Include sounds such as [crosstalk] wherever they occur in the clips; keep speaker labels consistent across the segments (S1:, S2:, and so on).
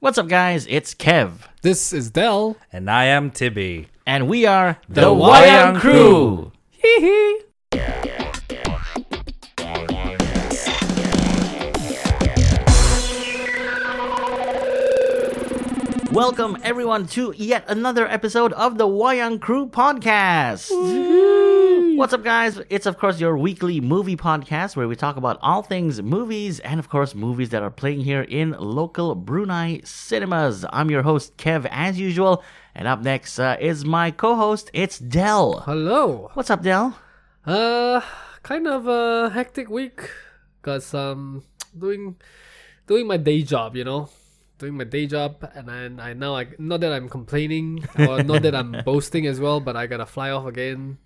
S1: What's up, guys? It's Kev,
S2: This is Dell.
S3: And I am Tibby.
S1: and we are
S3: The
S1: Wayang
S3: Wayang Crew.
S1: Hee hee. Welcome everyone to yet another episode of the Wayang Crew podcast. What's up, guys? It's of course your weekly movie podcast where we talk about all things movies and of course movies that are playing here in local Brunei cinemas. I'm your host Kev, as usual, and up next uh, is my co-host. It's Dell.
S2: Hello.
S1: What's up, Dell?
S2: Uh, kind of a hectic week, cause um, doing, doing my day job, you know, doing my day job, and then I now I not that I'm complaining [laughs] or not that I'm boasting as well, but I gotta fly off again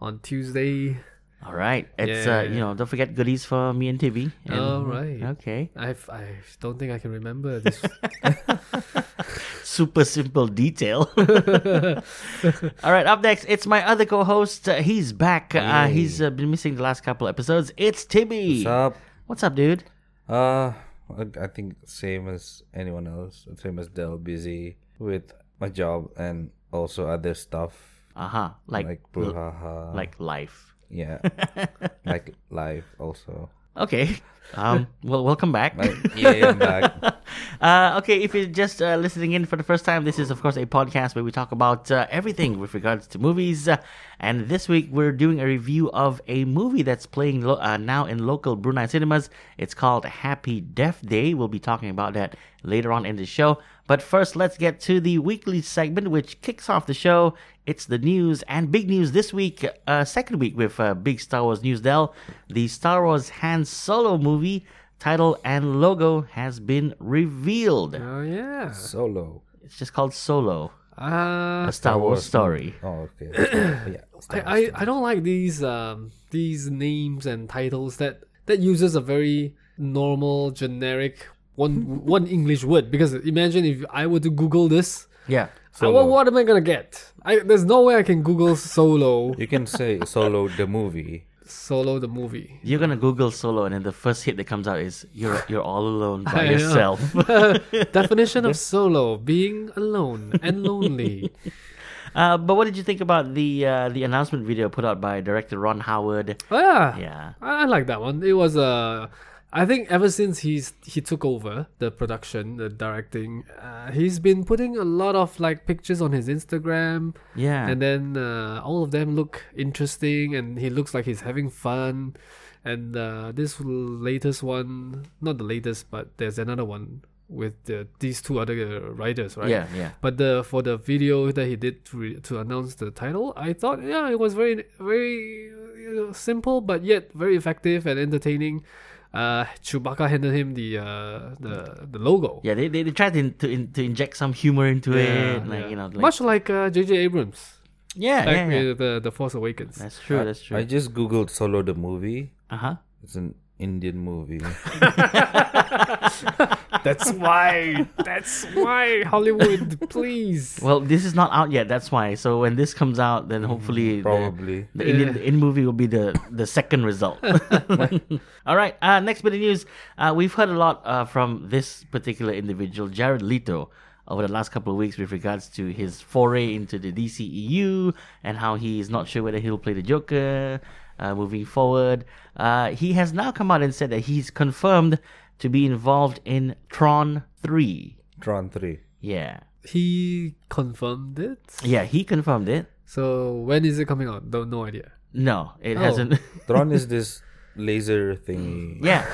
S2: on Tuesday.
S1: All right. It's uh,
S2: Yeah. Oh.
S1: you know, don't forget goodies for me and Tibby. And,
S2: All right.
S1: Okay.
S2: I I don't think I can remember this. [laughs]
S1: Super simple detail. [laughs] All right. Up next, it's my other co-host. Uh, he's back. Uh, he's uh, been missing the last couple episodes. It's Tibby.
S3: What's up?
S1: What's up, dude?
S3: Uh, I- I think same as anyone else. Same as Dell, busy with my job and also other stuff
S1: Uh huh. Like
S3: like brouhaha.
S1: like life. [laughs]
S3: yeah, like life also.
S1: Okay. [laughs] Um. well, welcome back.
S3: Like yeah,
S1: [laughs]
S3: I'm back.
S1: Uh, okay, if you're just uh, listening in for the first time, this is, of course, a podcast where we talk about uh, everything with regards to movies. Uh, and this week, we're doing a review of a movie that's playing lo- uh, now in local Brunei cinemas. It's called Happy Death Day. We'll be talking about that later on in the show. But first, let's get to the weekly segment, which kicks off the show. It's the news and big news this week, uh, second week with uh, big Star Wars news. Dell, the Star Wars Han Solo movie title and logo has been revealed.
S2: Oh yeah.
S3: Solo.
S1: It's just called Solo,
S2: Uh,
S1: a Star Wars story.
S3: Oh okay. yeah.
S1: [laughs]
S3: Star Wars.
S2: I, I, I don't like these um these names and titles that that uses a very normal generic one one English word because imagine if I were to Google this,
S1: Yeah.
S2: I- what, what am I gonna get? I there's no way I can Google solo
S3: You can say Solo the movie.
S2: solo the
S1: [laughs]
S2: movie. [laughs]
S1: You're gonna Google Solo, and then the first hit that comes out is "You're you're all alone by
S2: I know.
S1: yourself." [laughs]
S2: Definition of solo: being alone and lonely.
S1: uh, but what did you think about the uh, the announcement video put out by director Ron Howard?
S2: Oh, yeah.
S1: Yeah.
S2: I I like that one. It was Uh, I think ever since he's he took over the production, the directing, uh, he's been putting a lot of like pictures on his Instagram,
S1: Yeah.
S2: and then uh, all of them look interesting, and he looks like he's having fun. And uh, this latest one, not the latest, but there's another one with the, these two other uh, writers, right?
S1: Yeah, yeah.
S2: But the for the video that he did to, re- to announce the title, I thought yeah, it was very very you know, simple but yet very effective and entertaining. Uh, Chewbacca handed him the uh, the the logo.
S1: yeah, they, they, they tried to, in, to, in, to inject some humor into it,
S2: Yeah,
S1: like
S2: yeah.
S1: you know, like,
S2: much like uh, J.J. Abrams,
S1: yeah, yeah,
S2: like
S1: yeah.
S2: with the the Force Awakens.
S1: That's true. That's true.
S3: I just googled Solo the movie.
S1: Uh huh.
S3: It's an Indian
S1: [laughs]
S3: movie.
S2: That's
S1: [laughs]
S2: why. That's why Hollywood, please.
S1: Well, this is not out yet. That's why. So when this comes out, then hopefully the-
S3: Probably.
S1: The Indian the Indian movie will be the the second result. [laughs] All right. Uh, next bit of news. Uh, we've heard a lot uh, from this particular individual, Jared Leto, over the last couple of weeks with regards to his foray into the DCEU and how he is not sure whether he'll play the Joker uh, moving forward. Uh, he has now come out and said that he's confirmed to be involved in Tron 3.
S3: Tron three.
S1: Yeah.
S2: [laughs] He confirmed it.
S1: Yeah, he confirmed it.
S2: So when is it coming out? Don't no idea. [laughs]
S1: No, it
S2: Oh.
S1: hasn't. [laughs]
S3: Tron is this laser thingy.
S1: yeah.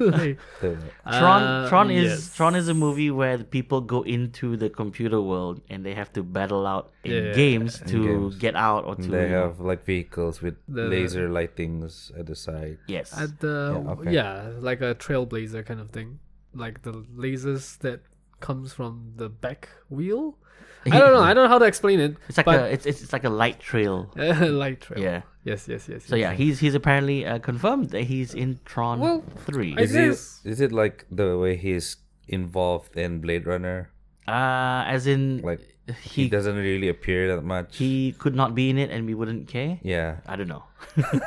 S2: Like,
S3: The-
S1: Tron
S2: uh,
S1: Tron is
S2: yes.
S1: Tron is a movie where the people go into the computer world and they have to battle out in
S2: Yeah,
S1: games
S3: in
S1: to
S3: games.
S1: get out or to
S3: They have like vehicles with
S2: The-
S3: laser lightings at the side.
S1: yes.
S2: At the
S3: Yeah, okay.
S2: yeah, like a trailblazer kind of thing, like the lasers that comes from the back
S1: [laughs]
S2: wheel. I don't know. I don't know how to explain it.
S1: it's like
S2: but,
S1: a it's, it's it's like a light trail.
S2: [laughs] light trail.
S1: Yeah.
S2: Yes. Yes. Yes.
S1: So
S2: yes.
S1: yeah, he's he's apparently uh, confirmed that he's in Tron
S2: Well,
S1: 3.
S2: I
S3: Is it,
S2: guess-
S3: is it like the way he's involved in Blade Runner?
S1: uh as in
S3: Like he,
S1: he he,
S3: doesn't really appear that much.
S1: could not be in it and we wouldn't care?
S3: yeah.
S1: I don't know.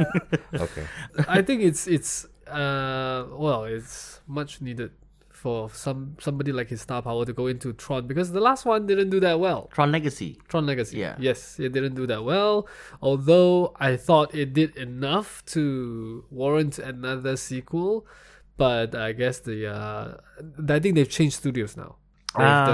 S1: [laughs]
S3: Okay.
S2: I think it's it's uh well, it's much needed for some somebody like his star power to go into Tron because the last one didn't do that well.
S1: Tron Legacy.
S2: Tron Legacy.
S1: Yeah.
S2: Yes, it didn't do that well. Although I thought it did enough to warrant another sequel, but I guess the uh, I think they've changed studios now. They've-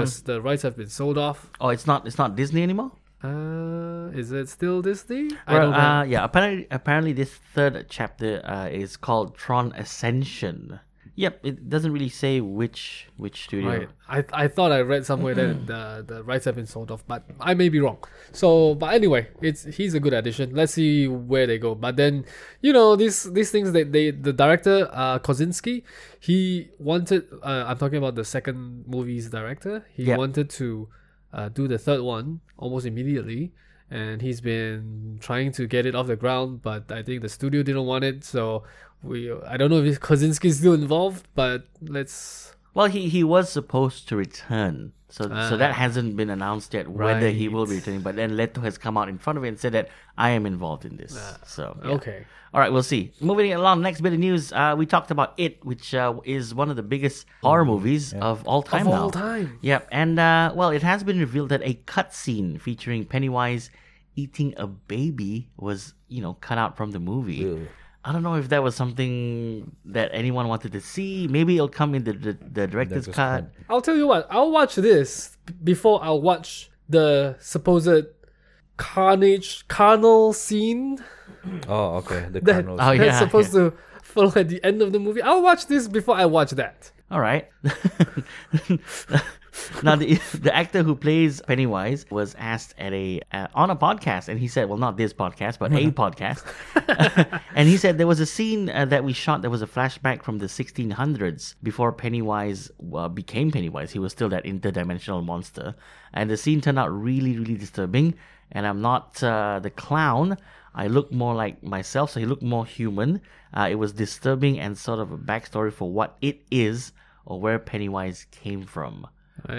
S1: Um,
S2: the, the rights have been sold off.
S1: Oh, it's not it's not Disney anymore.
S2: Uh, is it still Disney? I
S1: Well,
S2: don't know.
S1: uh, yeah, apparently, apparently this third chapter uh, is called Tron Ascension. Yep, it doesn't really say which which studio.
S2: Right. I, I thought I read somewhere that the, the rights have been sold off, but I may be wrong. So, but anyway, it's he's a good addition. Let's see where they go. But then, you know, these these things that they the director uh, Kozinski, he wanted. Uh, I'm talking about the second movie's director. He
S1: Yep.
S2: wanted to uh, do the third one almost immediately, and he's been trying to get it off the ground. But I think the studio didn't want it, so. We, I don't know if Kozinski's still involved, but let's
S1: Well, he, he was supposed to return, so so
S2: Ah.
S1: that hasn't been announced yet whether he will be
S2: Right.
S1: returning. But then Leto has come out in front of it and said that I am involved in this. so yeah.
S2: Ah, Okay.
S1: All right, we'll see. Moving along, next bit of news. Uh, we talked about It, which uh, is one of the biggest horror movies of all time
S2: Of
S1: now.
S2: all time.
S1: [coughs] Yep, and uh, well, it has been revealed that a cutscene featuring Pennywise eating a baby was, you know, cut out from the movie.
S3: Ew.
S1: I don't know if that was something that anyone wanted to see. Maybe it'll come in the the, the director's
S3: Director's
S1: cut.
S2: I'll tell you what, I'll watch this b- before I'll watch the supposed carnage, carnal scene
S3: Oh, okay. The
S2: that,
S3: Colonel's-
S1: Oh, yeah,
S2: [laughs] that's supposed to follow at the end of the movie. I'll watch this before I watch that.
S1: All right. [laughs] now the the actor who plays Pennywise was asked at a uh, on a podcast, and he said, "Well, not this podcast, but a podcast." [laughs] and he said there was a scene uh, that we shot that was a flashback from the 1600s before Pennywise uh, became Pennywise. He was still that interdimensional monster, and the scene turned out really, really disturbing. And I'm not uh, the clown. I look more like myself, so he looked more human. Uh, it was disturbing and sort of a backstory for what it is or where Pennywise came from.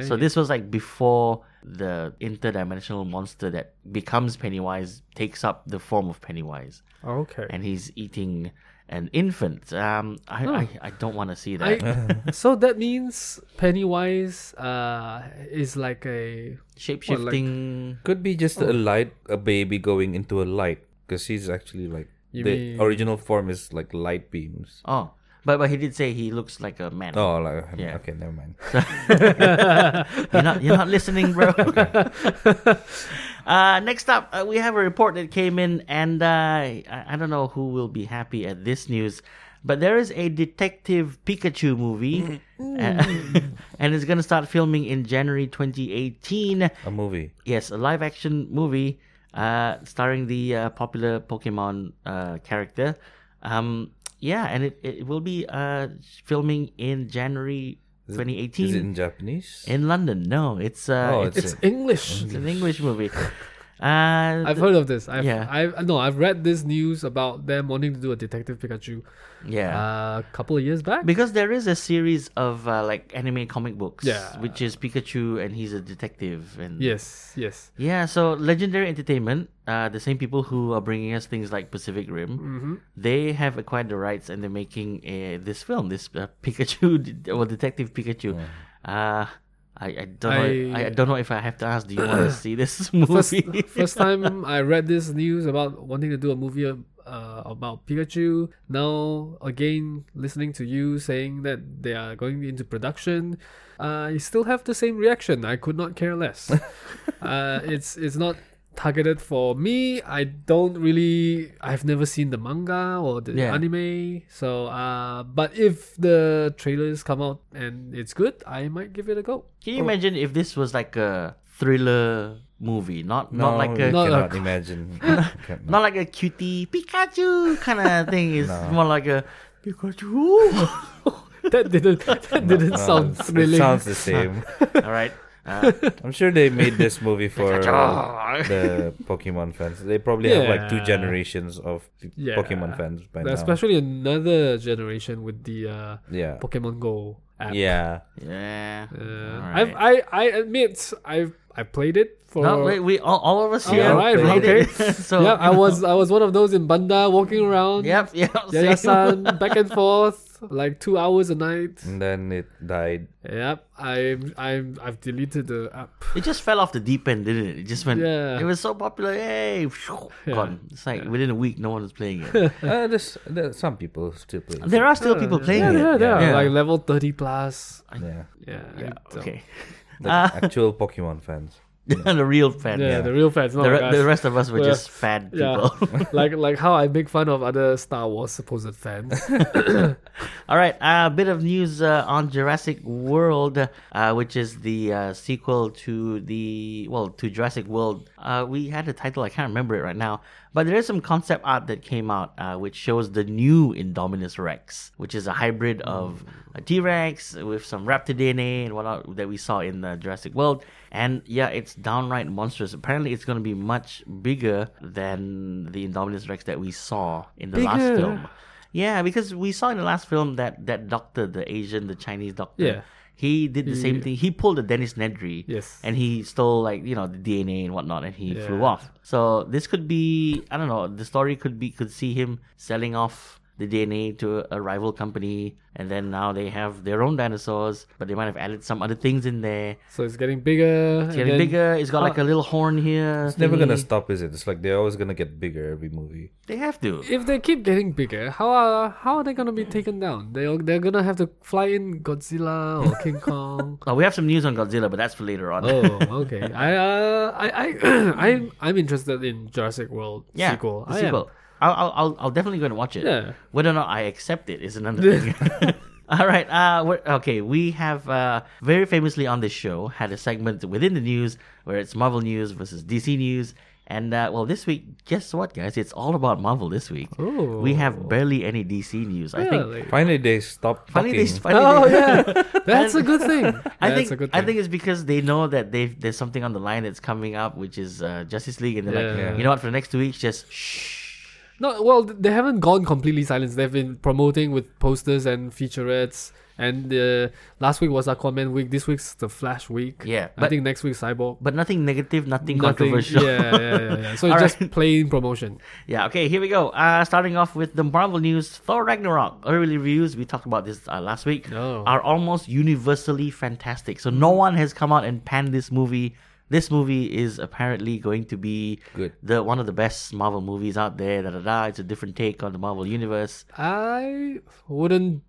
S1: So this was like before the interdimensional monster that becomes Pennywise takes up the form of Pennywise,
S2: okay.
S1: and he's eating an infant. Um, I I, I don't want to see that. [laughs]
S2: I, so that means Pennywise uh, is like a
S1: Shape shifting.
S3: Could be just a light, a baby going into a light, because he's actually like
S2: You
S3: the
S2: mean-
S3: original form is like light beams.
S1: oh, but but he did say he looks like a man.
S3: Oh, like,
S1: Yeah.
S3: okay, never mind.
S1: You're not you're not listening,
S3: [laughs]
S1: bro. [laughs] Uh, next up, uh, we have a report that came in, and uh, I, I don't know who will be happy at this news, but there is a Detective Pikachu movie,
S3: Mm.
S1: uh, [laughs] and it's going to start filming in January 2018.
S3: A movie.
S1: Yes, a live action movie uh, starring the uh, popular Pokemon uh, character. Um, yeah, and it, it will be uh, filming in January 2018
S3: Is it in Japanese?
S1: in London. No, it's uh,
S3: Oh,
S1: it's,
S3: it's-
S2: it's English.
S1: it's an English
S2: [laughs]
S1: movie. Uh,
S2: I've heard of this. I've,
S1: Yeah.
S2: I've no, I've read this news about them wanting to do a Detective Pikachu
S1: yeah.
S2: uh, a couple of years back.
S1: Because there is a series of uh, like anime comic books,
S2: Yeah.
S1: which is Pikachu and he's a detective, and
S2: Yes, yes.
S1: yeah. So Legendary Entertainment, uh, the same people who are bringing us things like Pacific Rim,
S2: Mm-hmm.
S1: they have acquired the rights and they're making uh, this film, this uh, Pikachu [laughs] or Detective Pikachu. Uh, I, I don't know. I,
S2: I-
S1: I don't know if I have to ask. Do you want to
S2: [coughs]
S1: see this movie?
S3: [laughs]
S2: First, first time I read this news about wanting to do a movie uh, about Pikachu. Now again, listening to you saying that they are going into production, uh, I still have the same reaction. I could not care
S3: [laughs]
S2: less. uh, it's it's not targeted for me. I don't really. I've never seen the manga or the
S1: Yeah.
S2: anime. So, uh, but if the trailers come out and it's good, I might give it a go.
S1: Can you imagine if this was like a thriller movie, not not like a
S3: you
S2: Not
S3: cannot
S2: a-
S3: imagine. Cannot.
S1: Not like a cutie Pikachu kind of thing. It's
S3: No.
S1: more like a Pikachu. [laughs]
S2: That didn't [laughs] that didn't
S3: [laughs] No,
S2: sound
S3: it's-
S2: thrilling.
S3: It sounds the same.
S1: All right. Uh,
S3: I'm sure they made this movie for the Pokemon fans. They probably have like two
S2: Yeah.
S3: generations of
S2: Yeah.
S3: Pokemon fans by now.
S2: especially another generation with the uh,
S3: yeah.
S2: Pokemon Go app.
S3: Yeah.
S1: yeah.
S2: Uh,
S1: All
S2: I've,
S1: right.
S2: I I admit I've I played it for.
S1: No, wait, we all, all of us
S2: Oh,
S1: here.
S2: right,
S1: played
S2: okay.
S1: it. [laughs]
S2: [laughs]
S1: so
S2: yeah, I was I was one of those in Banda walking around.
S1: Yep. Yep.
S2: Yayasan back and forth. like two hours a night.
S3: and then it died.
S2: Yep, I'm I'm I've deleted the app.
S1: [laughs] It just fell off the deep end, didn't it? It just went.
S2: Yeah.
S1: It was so popular. Hey, gone. It's like within a week, no one was playing it.
S2: [laughs]
S3: Uh, there's, there some people still play. it.
S1: there are still people playing
S2: yeah,
S1: it.
S2: Yeah, yeah,
S1: Yeah.
S2: like level thirty plus.
S3: yeah,
S2: Yeah,
S1: Yeah,
S2: I don't-
S1: okay. [laughs]
S3: the actual Pokemon fans.
S1: the real fan.
S2: Yeah,
S1: Yeah.
S2: the real fans, not
S1: The,
S2: like
S1: re-
S2: us.
S1: the rest of us were
S2: We're-
S1: just fan
S2: yeah,
S1: people. [laughs]
S2: [laughs] like like how I make fun of other Star Wars supposed fans.
S1: All right, a bit of news uh, on Jurassic World, uh, which is the uh, sequel to the well to Jurassic World. Uh, we had a title, I can't remember it right now, but there is some concept art that came out uh, which shows the new Indominus Rex, which is a hybrid of a T Rex with some raptor DNA and whatnot that we saw in the Jurassic World. And yeah, it's downright monstrous. Apparently, it's going to be much bigger than the Indominus Rex that we saw in the last
S2: Bigger.
S1: film. Yeah, because we saw in the last film that that doctor, the Asian, the Chinese doctor,
S2: Yeah.
S1: he did the same thing. He pulled the Dennis Nedry,
S2: Yes.
S1: and he stole like you know the DNA and whatnot, and he flew
S2: Yeah.
S1: off. So this could be, I don't know, the story could be could see him selling off the DNA to a rival company, and then now they have their own dinosaurs, but they might have added some other things in there.
S2: so it's getting bigger.
S1: It's getting bigger. It's got like a little horn here.
S3: It's never gonna
S1: thingy.
S3: stop, is it? It's like they're always gonna get bigger every movie.
S1: They have to.
S2: If they keep getting bigger, how are how are they gonna be taken down? They they're gonna have to fly in Godzilla
S1: [laughs]
S2: or King Kong.
S1: Oh, we have some news on Godzilla, but that's for later on. [laughs]
S2: Oh, okay. I uh, I I [clears throat] I'm I'm interested in Jurassic World
S1: yeah,
S2: sequel.
S1: The
S2: I am.
S1: sequel. I'll, I'll, I'll, I'll definitely go and watch it.
S2: Yeah.
S1: Whether or not I accept it is another
S2: [laughs]
S1: thing. [laughs] All right. Uh, we're, okay. We have uh, very famously on this show had a segment within the news where it's Marvel news versus DC news. And uh, well, this week, guess what, guys? It's all about Marvel this week.
S2: Ooh.
S1: We have barely any DC news. I
S2: Yeah,
S1: think.
S2: like-
S3: Finally, they stopped
S1: Finally, they,
S3: talking.
S1: finally
S2: [laughs] oh
S1: they-
S2: yeah, that's a good thing.
S1: [laughs] I
S2: That's
S1: think
S2: a good
S1: I
S2: thing.
S1: think it's because they know that they there's something on the line that's coming up, which is uh, Justice League, and they're like,
S2: Yeah.
S1: you know what, for the next two weeks, just shh.
S2: No, well, th- they haven't gone completely silent. They've been promoting with posters and featurettes. And uh, last week was Aquaman week. This week's the Flash week.
S1: Yeah,
S2: I
S1: but-
S2: think next week's Cyborg.
S1: But nothing negative, nothing,
S2: Nothing-
S1: controversial.
S2: Yeah, yeah, yeah.
S1: [laughs]
S2: yeah. So it's
S1: All
S2: just
S1: right.
S2: plain promotion.
S1: Yeah, okay, here we go. Uh, starting off with the Marvel news Thor Ragnarok. Early reviews, we talked about this uh, last week,
S2: Oh.
S1: are almost universally fantastic. So no one has come out and panned this movie. This movie is apparently going to be
S3: Good.
S1: the one of the best Marvel movies out there. Da da da. It's a different take on the Marvel universe.
S2: I wouldn't.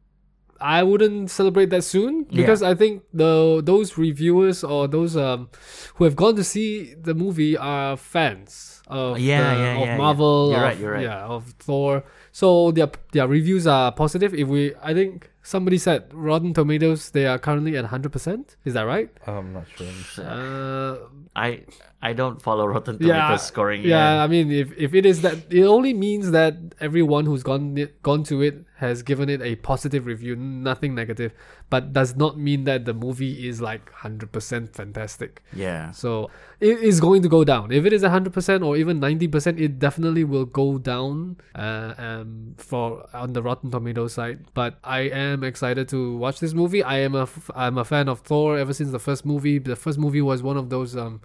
S2: I wouldn't celebrate that soon because I think the those reviewers or those um who have gone to see the movie are fans of
S1: Yeah,
S2: the-
S1: yeah,
S2: of
S1: yeah, yeah.
S2: Marvel
S1: You're
S2: of-
S1: right, you're right.
S2: yeah of Thor so their their reviews are positive if we I think somebody said Rotten Tomatoes they are currently at hundred percent is that right
S3: I'm not sure.
S2: uh
S1: I I don't follow Rotten Tomatoes
S2: yeah
S1: scoring.
S2: yeah
S1: uh,
S2: I mean if if it is that it only means that everyone who's gone it- gone to it has given it a positive review nothing negative but does not mean that the movie is like hundred percent fantastic
S1: yeah.
S2: so it is going to go down. If it is 100% or even 90%, it definitely will go down uh, um, for on the Rotten Tomato side. But I am excited to watch this movie. I am a f- I'm a fan of Thor ever since the first movie. The first movie was one of those um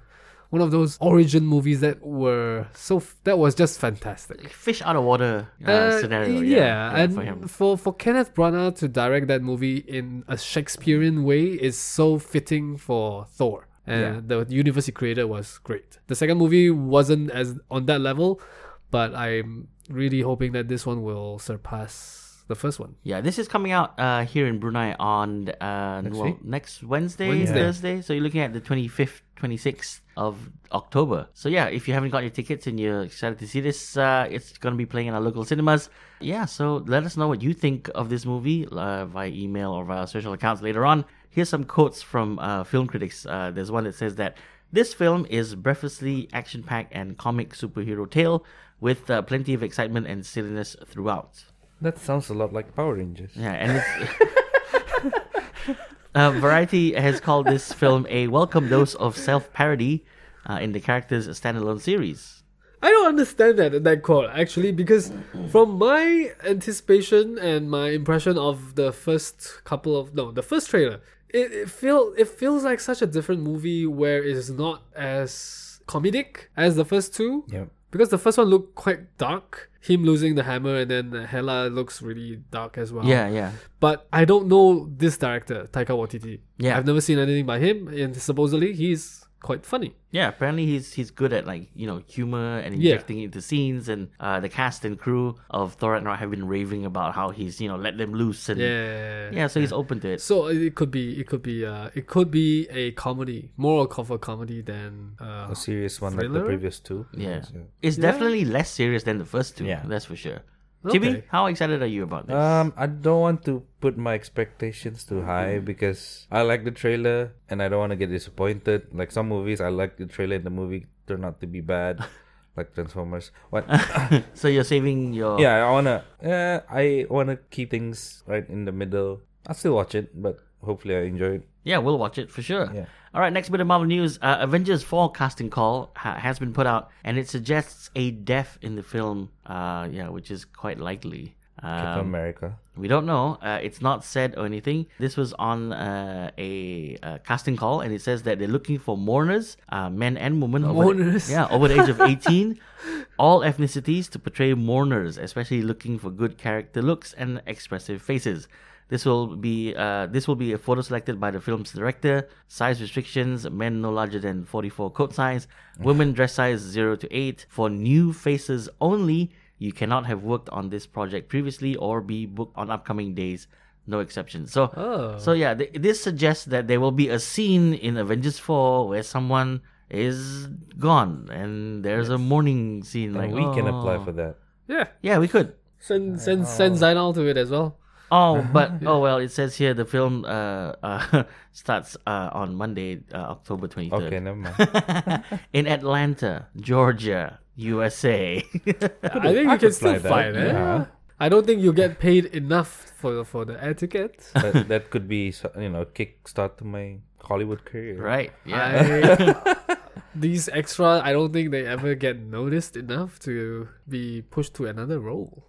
S2: one of those origin movies that were so f- that was just fantastic.
S1: Fish out of water uh,
S2: Uh,
S1: scenario.
S2: Yeah,
S1: Yeah, yeah,
S2: and
S1: for
S2: for,
S1: him.
S2: for Kenneth Branagh to direct that movie in a Shakespearean way is so fitting for Thor. And the universe he created was great. The second movie wasn't as on that level, but I'm really hoping that this one will surpass the first one.
S1: Yeah, this is coming out uh, here in Brunei on uh, next, well,
S3: week?
S1: next Wednesday,
S2: Wednesday.
S1: Thursday. So you're looking at the 25th, 26th of October. So yeah, if you haven't got your tickets and you're excited to see this, uh, it's going to be playing in our local cinemas. Yeah, so let us know what you think of this movie uh, via email or via social accounts later on. Here's some quotes from uh, film critics. Uh, there's one that says that this film is breathlessly action packed and comic superhero tale with uh, plenty of excitement and silliness throughout.
S3: That sounds a lot like Power Rangers.
S1: Yeah, and it's. [laughs] uh, Variety has called this film a welcome dose of self parody uh, in the character's standalone series.
S2: I don't understand that that quote actually because from my anticipation and my impression of the first couple of no the first trailer it, it feel it feels like such a different movie where it is not as comedic as the first two
S3: Yep.
S2: because the first one looked quite dark. Him losing the hammer, and then Hela looks really dark as well.
S1: Yeah, yeah.
S2: But I don't know this director, Taika Waititi.
S1: Yeah.
S2: I've never seen anything by him, and supposedly he's quite funny.
S1: Yeah, apparently he's he's good at like you know humor and
S2: Yeah.
S1: injecting it into scenes, and uh, the cast and crew of Thor Ragnarok have been raving about how he's you know let them loose and
S2: Yeah.
S1: yeah, so he's open to it.
S2: So it could be, it could be, uh, it could be a comedy, more of a comedy than uh,
S3: A serious one like
S2: Thriller?
S3: the previous two.
S1: Yeah, it's definitely less serious than the first two.
S3: Yeah.
S1: that's for sure. Jimmy,
S2: Okay.
S1: how excited are you about this?
S3: Um, I don't want to put my expectations too high
S1: Mm-hmm.
S3: because I like the trailer and I don't want to get disappointed. Like some movies, I like the trailer and the movie turn out to
S1: [laughs]
S3: be bad, like Transformers. What?
S1: so you're saving your
S3: yeah, I wanna. Uh, I wanna keep things right in the middle. I still watch it, but hopefully I enjoy it.
S1: Yeah, we'll watch it for sure.
S3: Yeah.
S1: All right, next bit of Marvel news. Uh, Avengers 4 casting call ha- has been put out, and it suggests a death in the film, uh, yeah, which is quite likely.
S3: Captain
S1: Um,
S3: America.
S1: we don't know. Uh, it's not said or anything. This was on uh, a uh, casting call, and it says that they're looking for mourners, uh, men and women. over the-
S2: Mourners?
S1: yeah, over the age of 18, all ethnicities to portray mourners, especially looking for good character looks and expressive faces. This will be uh, this will be a photo selected by the film's director. Size restrictions: men no larger than 44 coat size, women dress size 0 to 8. For new faces only, you cannot have worked on this project previously or be booked on upcoming days. No exceptions. So,
S2: Oh.
S1: so yeah, th- this suggests that there will be a scene in Avengers 4 where someone is gone and there's a mourning scene. like
S3: and we can apply
S1: oh.
S3: for that.
S2: yeah.
S1: Yeah, we could.
S2: Send send
S3: Oh.
S2: send Zainal to it as well.
S3: [laughs]
S1: Oh, but oh well. It says here the film uh, uh [laughs] starts uh, on Monday, uh, October twenty third.
S3: Okay, never mind.
S1: [laughs] in Atlanta, Georgia, [laughs] USA.
S2: I think you can
S3: could
S2: still
S3: fly
S2: find
S3: that,
S2: it. eh?
S3: yeah.
S2: I don't think you get paid enough for for the air ticket.
S3: [laughs] that, that could be so- you know kickstart to my Hollywood career.
S1: right? Yeah.
S2: I, these extra, I don't think they ever get noticed enough to be pushed to another role.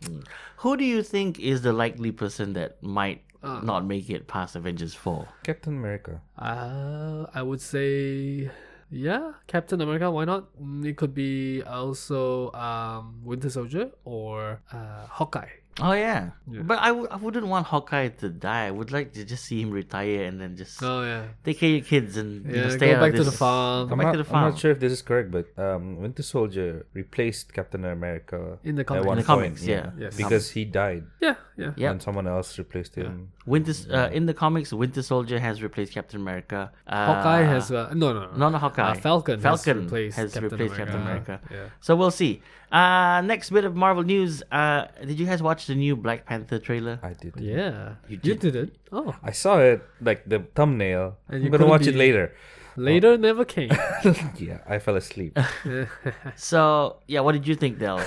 S1: Who do you think is the likely person that might
S2: Ah.
S1: not make it past Avengers four?
S3: Captain America.
S2: Uh, I would say, yeah, Captain America. Why not? Mm, It could be also um, Winter Soldier or uh, Hawkeye.
S1: Oh yeah. But I, w- I wouldn't want Hawkeye to die. I would like to just see him retire and then just
S2: Oh yeah,
S1: take care of your kids and you know,
S2: yeah.
S1: stay
S2: Go
S1: out
S2: back
S1: of
S2: to
S1: this.
S2: the farm
S1: Come
S3: I'm
S1: back
S3: not,
S1: to the
S3: I'm
S1: farm.
S3: not sure if this is correct, but um, Winter Soldier replaced Captain America
S2: in the
S3: at
S2: comic.
S3: one
S1: the
S3: point.
S1: comics, yeah.
S2: Yes.
S3: Because he died
S2: Yeah, yeah,
S1: Yeah.
S3: and someone else replaced him.
S1: Winter uh, in the comics, Winter Soldier has replaced Captain America. Uh,
S2: Hawkeye has uh, no, no, no,
S1: No, not Hawkeye.
S2: Uh, Falcon,
S1: Falcon
S2: has replaced,
S1: has
S2: Captain,
S1: replaced
S2: America. Ah,
S1: Captain America.
S2: Yeah.
S1: So we'll see. Uh, next bit of Marvel news. Uh, did you guys watch the new Black Panther trailer?
S3: I did.
S2: Yeah, you
S1: did.
S2: did. it. Oh,
S3: I saw it like the thumbnail.
S2: And you
S3: I'm gonna watch
S2: couldn't
S3: it
S2: be-
S3: later.
S2: later never came.
S1: [laughs]
S2: [laughs]
S3: yeah, I fell asleep.
S1: So yeah, what did you think, [laughs]
S2: [laughs]
S1: Del? I'm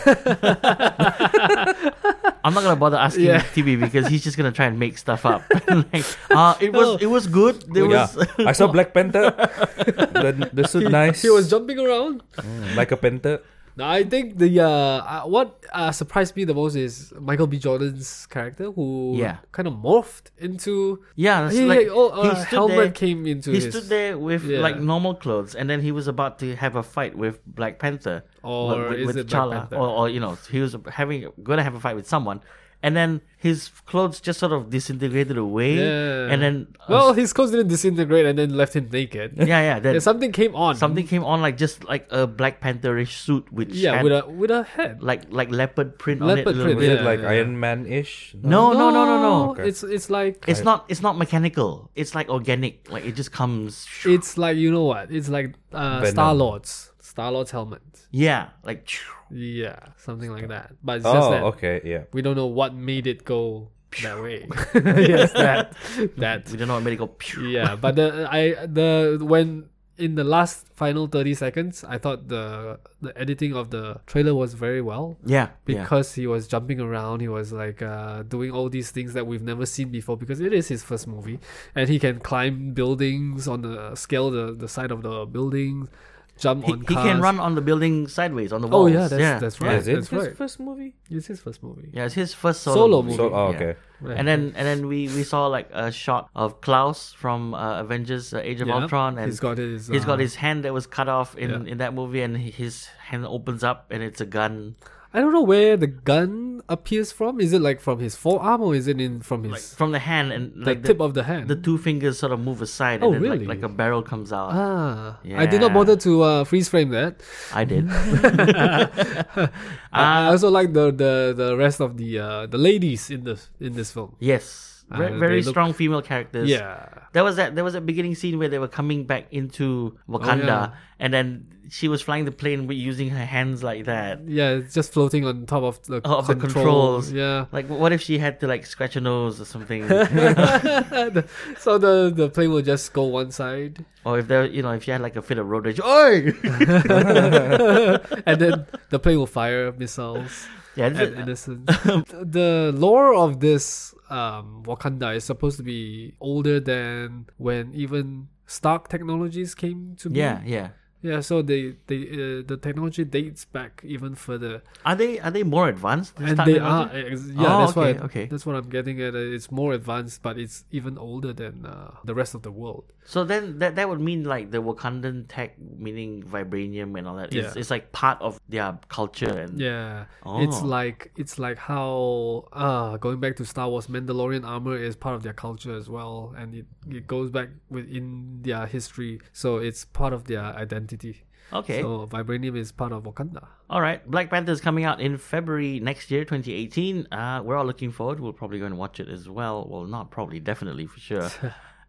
S1: not gonna bother asking
S2: Yeah.
S1: TB because he's just gonna try and make stuff
S2: [laughs]
S1: up. [laughs] Like, uh, it was it was good. There
S3: Oh, yeah,
S1: was [laughs]
S3: I saw Black Panther. the, the suit
S2: [laughs]
S3: nice.
S2: he was jumping around.
S3: Mm, like a panther.
S2: No, I think the uh, uh what uh, surprised me the most is Michael B. Jordan's character who
S1: Yeah.
S2: kind of morphed into
S1: yeah, it's
S2: he,
S1: like,
S2: he- oh, uh,
S1: he stood
S2: helmet
S1: there.
S2: came into
S1: he
S2: his
S1: stood there with
S2: Yeah.
S1: like normal clothes, and then he was about to have a fight with Black Panther,
S2: Or
S1: with,
S2: is
S1: with
S2: it Black
S1: T'Challa,
S2: Panther?
S1: or, or you know, he was having going to have a fight with someone, and then his clothes just sort of disintegrated away,
S2: Yeah.
S1: and then
S2: well his clothes didn't disintegrate and then left him naked
S1: [laughs] yeah, yeah, then
S2: [laughs] Yeah, something came on
S1: something came on like just like a Black Pantherish suit, which
S2: Mm-hmm. yeah
S1: had,
S2: with a with a head
S1: like like leopard print on
S2: Leopard
S1: it. a little
S2: print,
S3: Was
S1: bit.
S3: it
S2: Yeah,
S3: like
S2: yeah.
S3: Iron Man ish?
S1: No, no, no, no, no.
S3: Okay.
S2: Oh, it's it's like
S1: It's not it's not mechanical. It's like organic. Like it just comes.
S2: it's like you know what it's like uh,
S3: Venom.
S2: Star Lord's Star Lord's helmet
S1: yeah, like
S2: yeah something like that but it's just that
S3: Oh, okay, yeah.
S2: we don't know what made it go that
S1: [laughs]
S2: way yes that that
S1: we don't know what medical.
S2: yeah but the i the when in the last final 30 seconds i thought the the editing of the trailer was very well
S1: yeah, yeah.
S2: because he was jumping around he was like uh, doing all these things that we've never seen before because it is his first uh, movie and he can climb buildings on the scale the, the side of the buildings jump
S1: He,
S2: on
S1: he
S2: cars.
S1: can run on the building sideways on the
S2: Oh
S1: walls.
S2: yeah, that's that's right.
S3: Is it
S2: That's
S3: his
S2: right.
S3: first movie?
S2: It's his first movie.
S1: Yeah, it's his first solo,
S2: Solo
S1: movie.
S2: movie.
S3: So, oh,
S1: Yeah.
S3: okay.
S1: And then and then we, we saw like a shot of Klaus from uh, Avengers: uh, Age of
S2: Yeah.
S1: Ultron, and
S2: he's got his
S1: he's got
S2: uh,
S1: his hand that was cut off in,
S2: Yeah.
S1: in that movie, and he- his hand opens up, and it's a gun
S2: I don't know where the gun appears from. Is it like from his forearm or is it in from his
S1: from the hand, and
S2: the
S1: like
S2: tip of the hand?
S1: the two fingers sort of move aside,
S2: Oh,
S1: and then
S2: really?
S1: like, like a barrel comes out.
S2: ah, I did not
S1: Yeah.
S2: bother to uh, freeze frame that.
S1: I
S2: [laughs]
S1: did. Uh,
S2: I also like the, the, the rest of the uh, the ladies in the in this film.
S1: yes, Ve-
S2: Uh,
S1: very
S2: they look-
S1: strong female characters.
S2: Yeah,
S1: There was that there was that beginning scene where they were coming back into
S2: Oh,
S1: Wakanda and then she was flying the plane with using her hands like that.
S2: yeah, it's just floating on top of the,
S1: Oh, of the controls. [laughs]
S2: Yeah, [laughs]
S1: Like what if she had to like scratch her nose or something?
S2: The- so the the plane will just go one side, [laughs]
S1: or if there you know, if she had like a fit of road rage, Oi
S2: and then the plane will fire missiles.
S1: Yeah, this
S2: and
S1: is-
S2: innocent. [laughs] the lore of this um, Wakanda is supposed to be older than when even Stark technologies came to be.
S1: yeah, yeah.
S2: yeah. So they they uh, the technology dates back even further,
S1: Are they are they more advanced? than
S2: and
S1: Stark
S2: they are
S1: technology?
S2: ex- yeah.
S1: Oh,
S2: that's
S1: okay,
S2: what
S1: okay.
S2: that's what I'm getting at. uh, It's more advanced, but it's even older than uh, the rest of the world.
S1: So then that that would mean like the Wakandan tech meaning vibranium and all that. It's,
S2: Yeah.
S1: it's like part of their culture and
S2: Yeah, it's
S1: Oh.
S2: like it's like how uh going back to Star Wars, Mandalorian armor is part of their culture as well, and it, it goes back within their history, so it's part of their identity.
S1: Okay.
S2: So vibranium is part of Wakanda.
S1: All right, Black Panther is coming out in February next year, 2018. Uh, we're all looking forward. We'll probably go and watch it as well. Well, not probably, definitely for sure.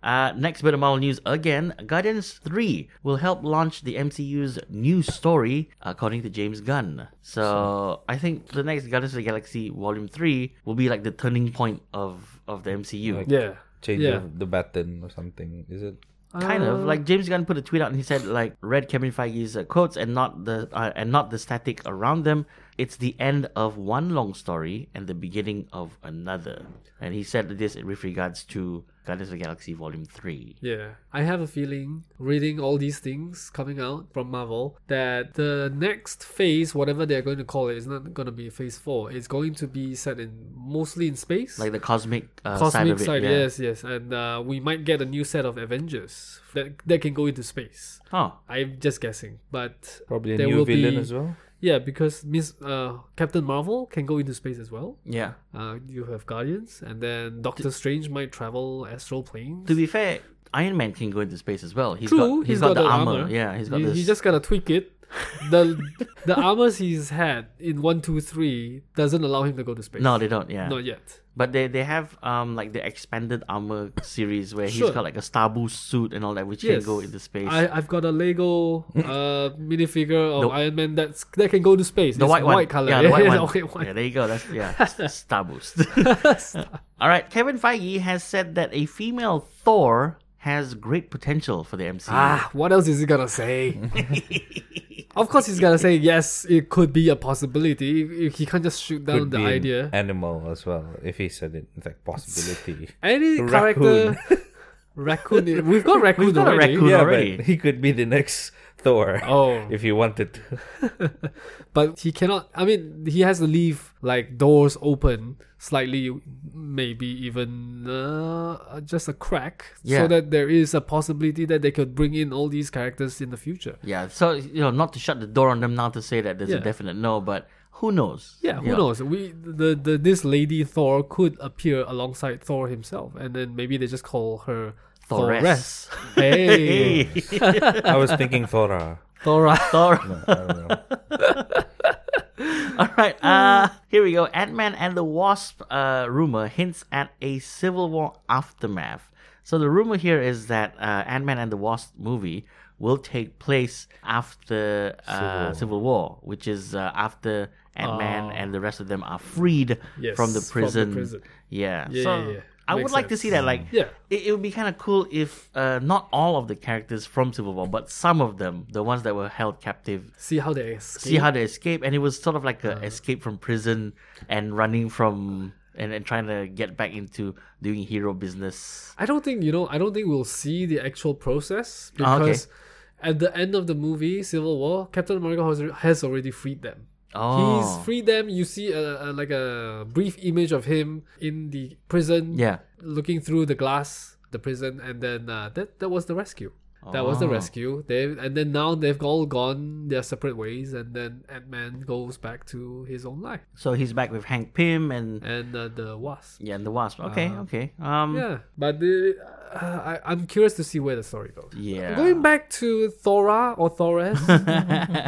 S1: Uh, next bit of Marvel news again. Guardians 3 will help launch the MCU's new story, according to James Gunn. So, I think the next Guardians of the Galaxy Volume 3 will be like the turning point of, of the MCU.
S3: Like-
S2: Yeah,
S3: Change
S2: Yeah.
S3: of the baton or something. Is it?
S1: kind
S2: Oh.
S1: of like James Gunn put a tweet out and he said like read Kevin Feige's uh, quotes and not the uh, and not the static around them. It's the end of one long story and the beginning of another. And he said this with regards to Guardians of the Galaxy Volume Three.
S2: Yeah, I have a feeling reading all these things coming out from Marvel that the next phase, whatever they're going to call it, is not going to be Phase Four. It's going to be set in mostly in space,
S1: Like the cosmic, uh, side
S2: cosmic
S1: of it.
S2: side,
S1: yeah.
S2: yes, yes, and uh, we might get a new set of Avengers that that can go into space.
S1: Oh,
S2: I'm just guessing, but
S3: Probably a
S2: There
S3: new
S2: will
S3: villain
S2: be-
S3: as well.
S2: yeah, because Miss uh, Captain Marvel can go into space as well.
S1: yeah.
S2: Uh, you have Guardians, and then Doctor Strange might travel astral planes.
S1: To be fair, Iron Man can go into space as well. He's
S2: True,
S1: got, he's got, the armor. Yeah, he's got
S2: you,
S1: this.
S2: You just gotta tweak it. The [laughs] the armors he's had in one, two, three doesn't allow him to go to space.
S1: No, they don't. Yeah,
S2: not yet.
S1: but they they have um like the expanded armor series where
S2: Sure.
S1: he's got like a star boost suit and all that, which
S2: Yes.
S1: can go into space.
S2: I, I've got a Lego
S1: [laughs]
S2: uh, minifigure of
S1: The-
S2: Iron Man that's that can go to space.
S1: The
S2: It's
S1: white one.
S2: color.
S1: Yeah, the [laughs]
S2: [laughs]
S1: white one.
S2: okay, white.
S1: Yeah, there you go. That's [laughs] yeah, s- Star Boost. [laughs] All right, Kevin Feige has said that a female Thor has great potential for the MCU.
S2: Ah, what else is he gonna
S1: [laughs]
S2: say? of course, he's gonna say yes. It could be a possibility. He- He can't just shoot down
S3: Could
S2: the
S3: be an
S2: idea.
S3: animal as well. If he said it, it's like
S2: [laughs]
S3: possibility.
S2: Any character,
S1: [laughs]
S2: raccoon. We've got raccoon
S1: We've got a
S2: already.
S1: raccoon.
S3: yeah,
S1: already.
S3: but he could be the next Thor
S2: Oh.
S3: [laughs] if he wanted to.
S2: but he cannot. I mean, he has to leave like doors open slightly, maybe even uh, just a crack,
S1: Yeah.
S2: so that there is a possibility that they could bring in all these characters in the future.
S1: Yeah, so you know, not to shut the door on them now to say that there's a
S2: Yeah.
S1: definite no, but who knows?
S2: Yeah, who
S1: You know,
S2: knows? We the, the this lady Thor could appear alongside Thor himself, and then maybe they just call her
S1: Thoress.
S2: Thoress.
S1: [laughs]
S2: Hey,
S3: I was thinking Thora.
S2: Thora.
S1: [laughs] Thor.
S3: I don't know.
S1: [laughs] All right, uh, here we go. Ant Man and the Wasp uh, rumor hints at a Civil War aftermath. So the rumor here is that uh, Ant Man and the Wasp movie will take place after uh, Civil, War. which is uh, after Ant Man and the rest of them are freed
S2: Yes,
S1: from the
S2: from the
S1: prison.
S2: prison.
S1: Yeah.
S2: Yeah,
S1: so
S2: yeah, yeah.
S1: I would
S2: Makes
S1: like to
S2: sense.
S1: see that. Like,
S2: Yeah.
S1: it, it would be kind of cool if uh, not all of the characters from Civil War, but some of them, the ones that were held captive,
S2: See how they escape.
S1: see how they escape, and it was sort of like a escape from prison and running from and, and trying to get back into doing hero business.
S2: I don't think you know. I don't think we'll see the actual process
S1: Ah, okay.
S2: because at the end of the movie, Civil War, Captain America has, has already freed them.
S1: Oh.
S2: He's freed them. You see a, a, like a brief image of him in the prison,
S1: Yeah.
S2: looking through the glass, the prison, and then uh, that that was the rescue. That was the
S1: Oh.
S2: rescue. They and then now they've all gone their separate ways, and then Ant Man goes back to his own life
S1: So he's back with Hank Pym and
S2: and uh, the Wasp.
S1: yeah, and the Wasp. Okay, okay. Um,
S2: Yeah, but the, uh, I, I'm curious to see where the story goes.
S1: yeah.
S2: Going back to Thora or Thores,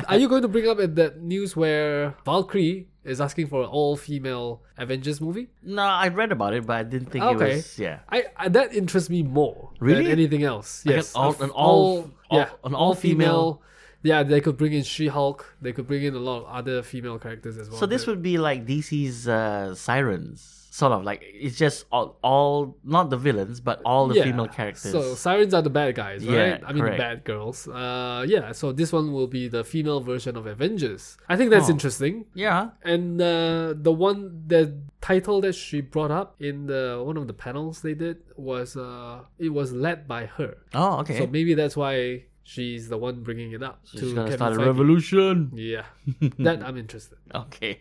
S2: are you going to bring up that news where Valkyrie is asking for an all-female Avengers movie?
S1: [laughs] No, I read about it, but I didn't think
S2: Okay.
S1: it was. Yeah.
S2: I, I that interests me more
S1: Really?
S2: than anything else.
S1: Like
S2: yes,
S1: an all-
S2: A f-
S1: an all- all-
S2: yeah,
S1: an all-female-
S2: all-female- Yeah, they could bring in She-Hulk. They could bring in a lot of other female characters as well.
S1: So this would be like DC's uh, Sirens, sort of like it's just all, all not the villains, but all the
S2: Yeah,
S1: female characters.
S2: So sirens are the bad guys,
S1: Yeah,
S2: right? I mean
S1: correct.
S2: the bad girls. Uh, yeah. So this one will be the female version of Avengers. I think that's
S1: Oh.
S2: interesting.
S1: yeah,
S2: And uh, the one the title that she brought up in the one of the panels they did was uh, it was led by her.
S1: Oh, okay.
S2: So maybe that's why she's the one bringing it up.
S1: She's gonna
S2: Kevin
S1: start a
S2: Feige.
S1: revolution. [laughs]
S2: Yeah, that I'm interested.
S1: Okay.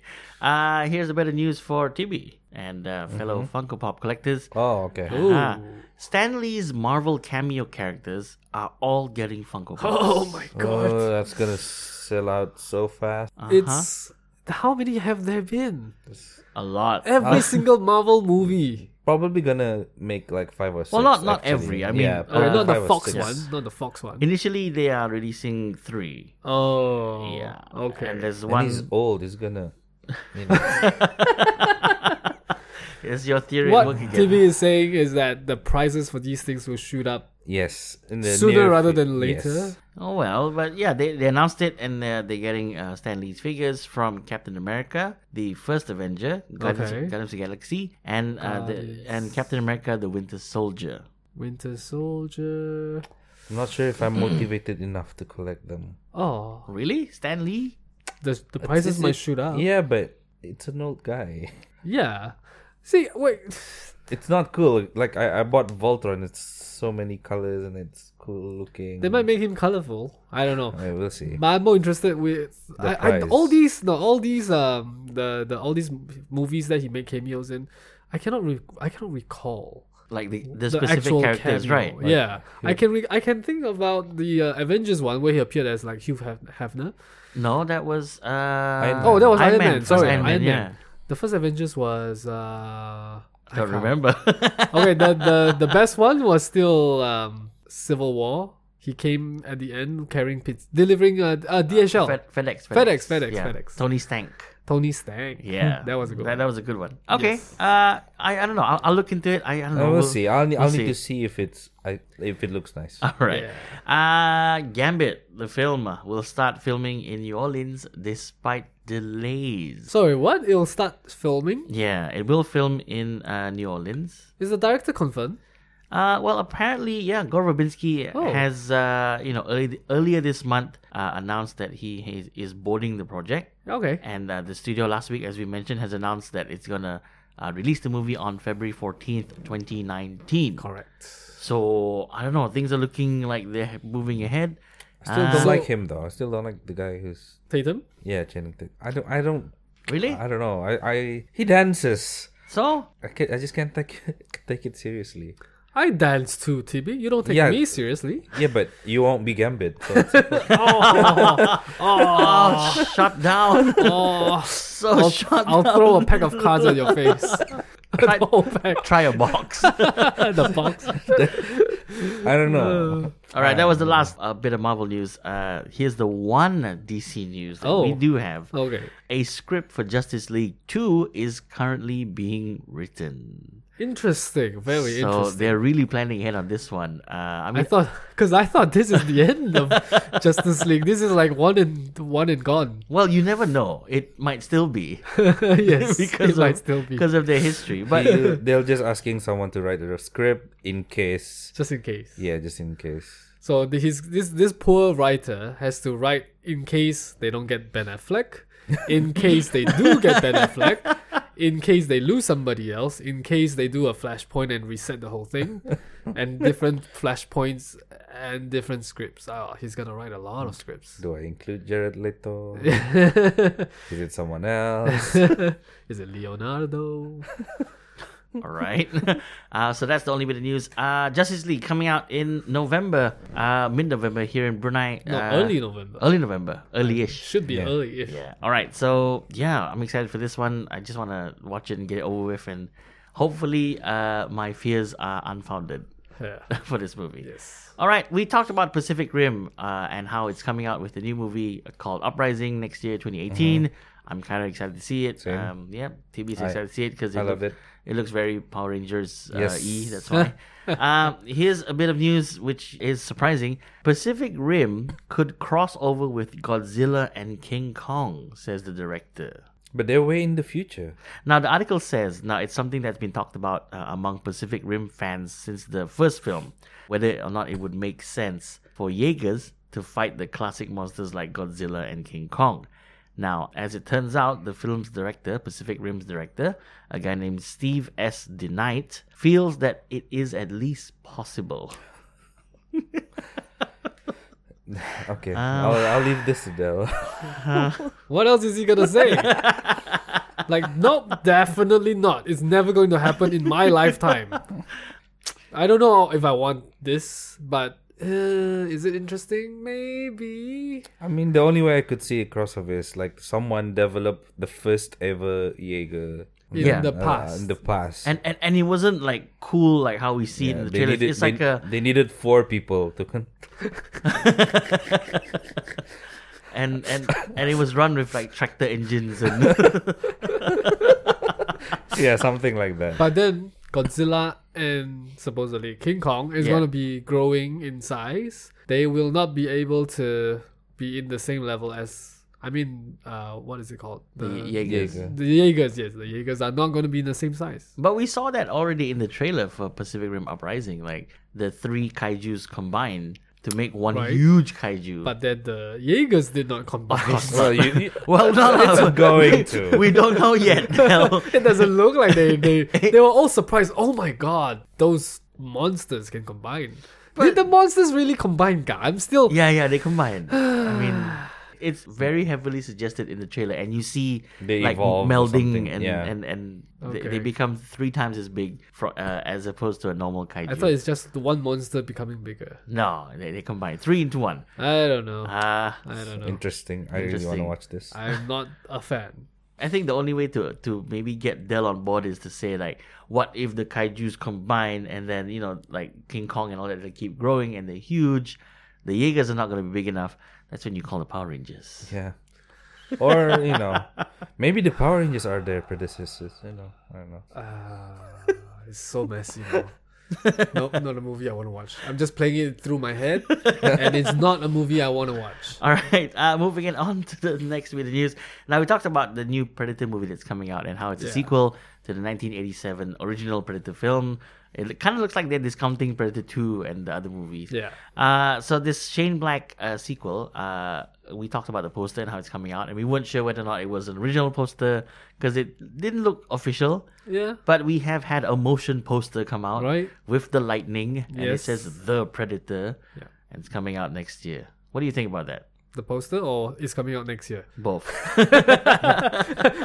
S1: Uh here's a better news for TB and uh, fellow
S2: Mm-hmm.
S1: Funko Pop collectors.
S3: [laughs] Oh, okay.
S2: Ooh.
S1: Ah, Stan Lee's Marvel cameo characters are all getting Funko Pops.
S2: Oh my god, Uh.
S3: Oh, that's gonna sell out so fast.
S1: Uh-huh.
S2: it's how many have there been?
S1: a lot.
S2: Every single Marvel movie.
S3: Probably gonna make like five or six.
S1: Well, not- not every,
S3: actually.
S1: I mean, uh,
S3: yeah,
S2: Okay,
S3: probably
S2: not
S3: five
S2: the
S3: or
S2: Fox
S3: six.
S2: one. Not the Fox one.
S1: Initially, they are releasing three.
S2: oh.
S1: Yeah.
S2: Okay.
S1: And there's
S3: And he's
S1: one.
S3: old. He's gonna. You know,
S1: Is your theory
S2: what
S1: working?
S2: TV is saying is that the prices for these things will shoot up
S3: yes. In the
S2: sooner
S3: near
S2: rather
S3: fu-
S2: than later.
S3: yes.
S1: Oh well, but yeah, they, they announced it, and uh, they're getting uh, Stan Lee's figures from Captain America, the First Avenger, Guardians,
S2: Okay.
S1: Guardians of the Galaxy, and uh, the,
S2: Guardians.
S1: and Captain America, the Winter Soldier.
S2: Winter Soldier.
S3: I'm not sure if I'm motivated enough to collect them.
S2: Oh,
S1: Really, Stan Lee?
S2: the the prices
S3: Is
S2: might
S3: it-
S2: shoot up.
S3: Yeah, but it's an old guy. [laughs]
S2: Yeah. See, wait.
S3: It's not cool. Like I, I bought Voltron. It's so many colors and it's cool looking.
S2: They might make him colorful. I don't know.
S3: Okay, we'll see.
S2: But I'm more interested with I, I,
S3: price.
S2: all these no all these um the, the all these movies that he made cameos in. I cannot re- I cannot recall.
S1: Like the, the, specific
S2: actual
S1: characters,
S2: cameo.
S1: right?
S2: yeah, I can re- I can think about the uh, Avengers one where he appeared as like Hugh Hef- Hefner.
S1: No, that was. Uh,
S3: Man.
S2: Oh, that was
S1: Iron
S2: Iron
S1: Man,
S2: Man.
S1: first Iron
S2: Sorry, Iron
S1: Man,
S2: Man.
S1: yeah.
S2: The first Avengers was uh, I Oh,
S1: don't
S2: can't-
S1: remember. [laughs]
S2: okay, the, the the best one was still um, Civil War. He came at the end carrying pizza, delivering uh, uh DHL.
S1: Fed, FedEx,
S2: FedEx, FedEx, FedEx.
S1: Tony
S2: [laughs]
S1: Stank.
S2: Tony Stank.
S1: Yeah,
S2: [laughs] that was a good.
S1: That,
S2: one.
S1: that was a good one. Okay,
S2: Yes.
S1: uh, I, I don't know. I'll, I'll look into it. I, I don't know.
S3: Uh, we'll,
S1: We'll-
S3: see. I'll, ne- I'll
S1: we'll
S3: need to see if it's I, if it looks nice.
S1: [laughs] All right. Uh, Gambit, the film, uh, will start filming in New Orleans despite delays.
S2: Sorry, what? It'll start filming.
S1: Yeah, it will film in uh, New Orleans.
S2: Is the director confirmed?
S1: Uh, well, apparently, yeah, Gore Verbinski
S2: Oh.
S1: has, uh, you know, early, earlier this month uh, announced that he is, is boarding the project.
S2: Okay.
S1: And uh, the studio last week, as we mentioned, has announced that it's going to uh, release the movie on February 14th, 2019.
S2: Correct.
S1: So, I don't know, things are looking like they're moving ahead. Uh,
S3: I still don't
S2: So-
S3: like him though. I still don't like the guy who's
S2: Tatum.
S3: yeah Channing Tatum. I don't. I don't.
S1: Really?
S3: I don't know. I, I he dances.
S1: So,
S3: I can, I just can't take [laughs] take it seriously.
S2: I dance too, TB. You don't take
S3: Yeah.
S2: me
S1: [laughs]
S2: seriously.
S3: Yeah, but you won't be Gambit. So it's-
S1: Oh, shut
S2: [laughs]
S1: down.
S2: Oh,
S1: So
S2: I'll,
S1: shut
S2: I'll
S1: down.
S2: throw a pack of cards
S1: [laughs]
S2: at your face.
S1: Try,
S2: the whole pack.
S1: try a [laughs] box.
S2: [laughs] the
S1: [laughs]
S2: box.
S3: I don't know.
S1: All right, that was the
S2: Um,
S1: last uh, bit of Marvel news. Uh, here's the one DC news that we
S2: Oh.
S1: do have.
S2: Okay.
S1: A script for Justice League 2 is currently being written.
S2: Interesting. Very
S1: so
S2: interesting.
S1: they're really planning ahead on this one. Uh, I
S2: I
S1: mean,
S2: thought, because I thought this is the end
S1: [laughs]
S2: of Justice League. This is like one and one and gone. [laughs]
S1: well, you never know. It might still be
S2: yes,
S1: [laughs] because
S2: [laughs] it
S1: of,
S2: might still be
S1: because of their history.
S2: [laughs]
S1: But
S3: They'll, they'll just asking someone to write a script in case.
S2: just in case.
S3: Yeah, just in case.
S2: So the, his this this poor writer has to write
S1: [laughs]
S2: in case they don't get Ben Affleck, in case they do get Ben Affleck, in case they lose somebody else, in case they do a flashpoint and reset the whole thing, and different flashpoints and different scripts. Oh, he's gonna write a lot of
S1: [laughs]
S2: scripts. [laughs]
S3: Do I include Jared Leto?
S2: Is
S3: Is it
S1: [laughs]
S3: someone else?
S2: it Leonardo?
S1: All right. [laughs] uh, so that's the only bit of news. Uh, Justice League coming out in November, uh, mid November here in Brunei.
S2: No,
S1: uh,
S2: early November.
S1: Early November. Early ish.
S2: Should be
S3: Yeah.
S2: early ish.
S1: Yeah. All right. So, yeah, I'm excited for this one. I just want to watch it and get it over with. And hopefully, uh, my fears are unfounded
S2: [laughs] Yeah.
S1: [laughs] for this movie.
S2: Yes.
S1: All right, we talked about Pacific Rim uh, and how it's coming out with a new movie called Uprising next year, 2018. I'm kind of excited to see it.
S3: Mm-hmm. Same.
S1: Um, yeah, TB's
S3: I-
S1: excited to see it because it,
S3: I love
S1: looks- it looks very Power Rangers uh,
S3: Yes.
S1: E. That's
S3: [laughs]
S1: why. um, here's a bit of news which is surprising: Pacific Rim could cross over with Godzilla and King Kong, says the director.
S3: but they're way in the future.
S1: Now, the article says now it's something that's been talked about uh, among Pacific Rim fans since the first film, whether or not it would make sense for Jaegers to fight the classic monsters like Godzilla and King Kong. Now, as it turns out, the film's director, Pacific Rim's director, a guy named Steve S. DeKnight, feels that it is at least possible.
S3: Okay,
S1: Ah.
S3: I'll, I'll leave this to Del. [laughs]
S2: What else is he gonna
S1: [laughs]
S2: say? like, nope, definitely not. It's never going to happen in my lifetime. I don't know if I want this, but uh, is it interesting? Maybe.
S3: I mean, the only way I could see a crossover is like someone developed the first ever Jaeger
S2: In
S1: Yeah.
S2: the
S3: uh,
S2: past.
S3: in the past.
S1: And, and and it wasn't like cool like how we see it
S3: Yeah,
S1: in the
S3: they
S1: trailer.
S3: needed-
S1: It's
S3: they-
S1: like a
S3: they needed four people to
S2: [laughs]
S3: con-
S1: and and and it was run with like tractor engines and
S3: [laughs] yeah something like that.
S2: But then Godzilla and supposedly King Kong is
S1: Yeah.
S2: going to be growing in size. They will not be able to be in the same level as I mean, uh, what is it called? The
S1: Jaegers. [laughs]
S3: Jaeger.
S2: the Jaegers, yes, the Jaegers are not going to be in the same size.
S1: But we saw that already in the trailer for Pacific Rim Uprising, like the three kaiju's combined to make one
S2: Right.
S1: huge kaiju.
S2: But then the Jaegers did not combine.
S3: well, you, you-
S1: [laughs] well, no,
S3: It's
S1: no, [laughs]
S3: going
S1: we-
S3: to.
S1: We don't know
S3: [laughs]
S1: yet. Now.
S2: [laughs] it doesn't look like they, they they were all surprised. Oh my god, those monsters can combine. did the monsters really combine? God, I'm still
S1: yeah, yeah, they combine. I
S3: [sighs]
S1: mean, it's very heavily suggested in the trailer, and you see
S3: They
S1: like
S3: evolve or
S1: melding
S3: something,
S1: and,
S3: yeah.
S1: and and they,
S2: Okay.
S1: they become three times as big fro uh, as opposed to a normal kaiju.
S2: I thought it's just one monster becoming bigger.
S1: no, they, they combine three into one.
S2: I don't know.
S1: Uh,
S2: I don't know.
S3: interesting. I really
S1: Interesting.
S3: want to watch this.
S2: I'm not a fan.
S1: I think the only way to to maybe get Dell on board is to say like, what if the kaiju's combine and then you know like King Kong and all that they keep growing and they're huge, the Jaegers are not going to be big enough. That's when you call the Power Rangers.
S3: Yeah. Or
S1: [laughs]
S3: you know, maybe the Power Rangers are their predecessors. You know, I don't know.
S2: Uh, it's so messy. [laughs] Bro. nope, not a movie I want to watch. I'm just playing it through my [laughs] head, and it's not a movie I want to watch.
S1: All right, uh, moving it on [laughs] to the next bit of news. Now we talked about the new Predator movie that's coming out and how it's a
S2: Yeah.
S1: sequel to the 1987 original Predator film. It kind of looks like they're discounting Predator 2 and the other movies.
S2: Yeah.
S1: Uh, so this Shane Black uh, sequel, uh, we talked about the poster and how it's coming out, and we weren't sure whether or not it was an original poster because it didn't look official.
S2: Yeah.
S1: But we have had a motion poster come out
S2: Right.
S1: with the lightning, and it
S2: Yes.
S1: says "The Predator,"
S2: Yeah.
S1: and it's coming out next year. What do you think about that?
S2: The poster, or it's coming out next year.
S1: [laughs] Both,
S2: [laughs]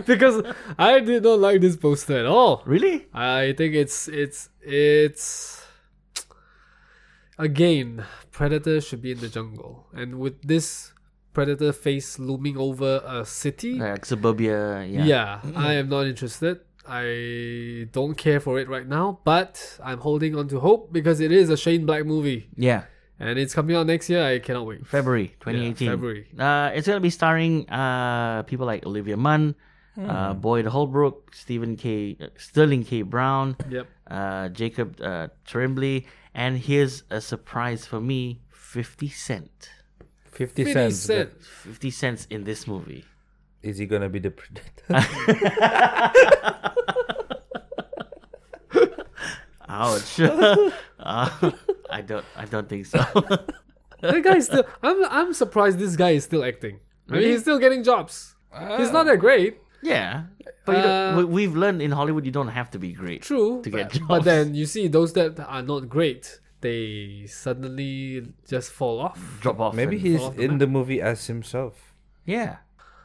S2: because I did not like this poster at all.
S1: really?
S2: I think it's it's it's again predator should be in the jungle, and with this predator face looming over a city,
S1: Like suburbia, yeah.
S2: yeah, I am not interested. I don't care for it right now, but I'm holding on to hope because it is a Shane Black movie
S1: Yeah.
S2: and it's coming out next year. I cannot wait.
S1: February 2018.
S2: Yeah, February.
S1: Uh, it's going to be starring uh, people like Olivia Munn, uh, Boyd Holbrook, Stephen K. uh, Sterling K. Brown,
S2: Yep.
S1: uh, Jacob uh, Tremblay, and here's a surprise for me: 50 Cent.
S3: Fifty,
S2: 50
S3: cents.
S2: Cent.
S1: 50 cents in this movie.
S3: Is he gonna be the [laughs] predator?
S1: Ouch. [laughs] uh, I don't. I don't think so. [laughs]
S2: that guy is still.
S1: Ah.
S2: I'm I'm surprised this guy is still acting. I mean, he's still getting jobs. He's not that great.
S1: Yeah, but you don't, we, we've learned in Hollywood you don't have to be great.
S2: True,
S1: To get
S2: but, but
S1: jobs.
S2: then you see those that are not great, they suddenly just fall off.
S1: Drop off.
S3: Maybe
S1: and-
S3: he's
S2: off the
S3: in the movie as himself.
S1: Yeah.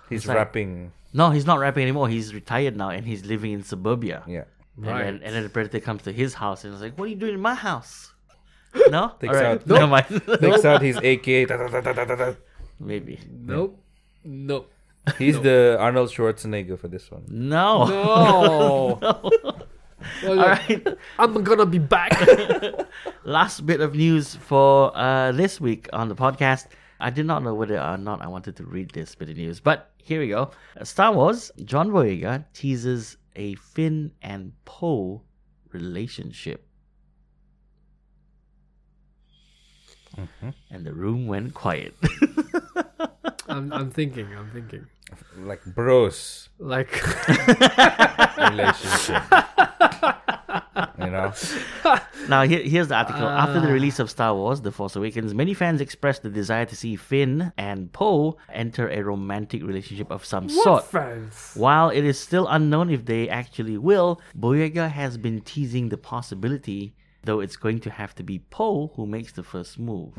S3: He's
S1: like-
S3: rapping.
S1: No, he's not rapping anymore. He's retired now, and he's living in suburbia.
S3: Yeah.
S2: Right.
S1: And then, and then the predator comes to his house and is like, "What are you doing in my house?" No,
S3: Takes
S1: All
S3: out-
S1: Never mind. [laughs]
S3: Takes out his [laughs] AK. da, da, da, da, da, da, da.
S1: Maybe
S2: Nope. Nope.
S3: He's the Arnold Schwarzenegger for this one.
S1: no. [laughs]
S2: No. Well,
S1: All right.
S2: I'm gonna be back.
S1: Last bit of news for uh, this week on the podcast. I did not know whether or not I wanted to read this bit of news, but here we go. Star Wars. John Boyega teases a Finn and Poe relationship. And the room went quiet. [laughs]
S2: I'm, I'm thinking. I'm thinking.
S3: Like bros
S2: Like
S3: relationship. you know?
S1: Now, here, here's the article. After the release of Star Wars The Force Awakens, many fans expressed the desire to see Finn and Poe enter a romantic relationship of some
S2: what
S1: sort.
S2: friends?
S1: While it is still unknown if they actually will, Boyega has been teasing the possibility, though it's going to have to be Poe who makes the first move.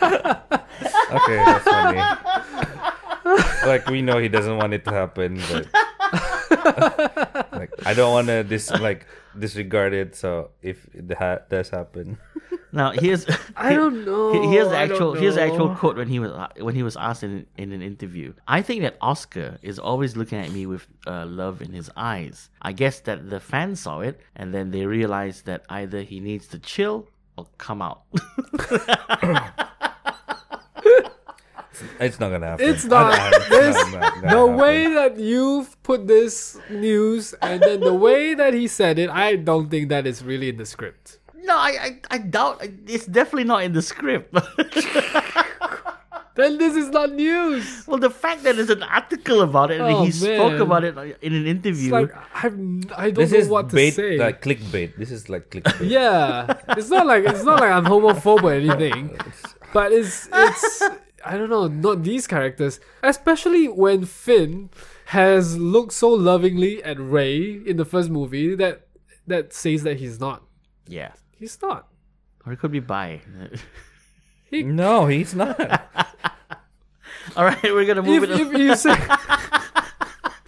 S3: Okay,
S2: [laughs]
S3: that's funny. like we know he doesn't want it to happen, but [laughs] like I don't want to dis like disregard it. So if it ha- does happen,
S1: now, here's [laughs]
S2: I don't know.
S1: Here- Here's the
S2: I don't
S1: actual here's the actual
S2: know.
S1: quote when he was when he was asked in, in an interview. I think that Oscar is always looking at me with uh, love in his eyes. I guess that the fans saw it and then they realized that either he needs to chill or come out. [laughs]
S3: [laughs] it's not gonna happen.
S2: It's not. This- The way
S3: way.
S2: that you've put this news and then the way that he said it, I don't think that is really in the script.
S1: no, I, I I doubt it's definitely not in the script. [laughs]
S2: Then this is not news.
S1: well, the fact that there's an article about it and
S2: Oh,
S1: he spoke
S2: man.
S1: about it in an interview.
S2: It's like I'm, I don't
S3: This
S2: know
S3: is
S2: what to
S3: bait,
S2: say.
S3: like clickbait. This is like clickbait.
S2: [laughs] yeah, it's not like it's not like I'm homophobe or anything, but it's it's I don't know, not these characters, especially when Finn has looked so lovingly at Ray in the first movie that that says that he's not.
S1: yeah,
S2: He's not.
S1: or it could be bi. [laughs]
S3: No, he's
S2: [laughs]
S3: not.
S1: All right, we're gonna move
S2: if,
S1: it.
S2: if you say [laughs]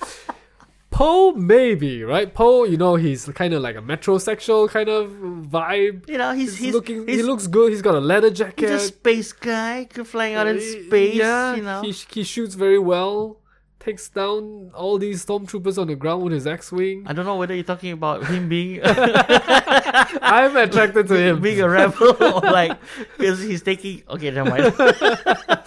S2: Poe, maybe right? Poe, you know, he's kind of like a metrosexual kind of vibe.
S1: you know, he's, he's
S2: looking,
S1: he's
S2: he looks good. He's got a leather jacket.
S1: He's a space guy c- flying out in
S2: Uh,
S1: space, you know.
S2: He, he shoots very well, takes down all these stormtroopers on the ground with his X
S1: [laughs]
S2: Wing.
S1: I don't know whether you're talking about him
S2: [laughs]
S1: being
S2: I'm attracted
S1: [laughs]
S2: to him.
S1: being a rebel or like because he's taking. Okay, never
S2: [laughs]
S1: mind.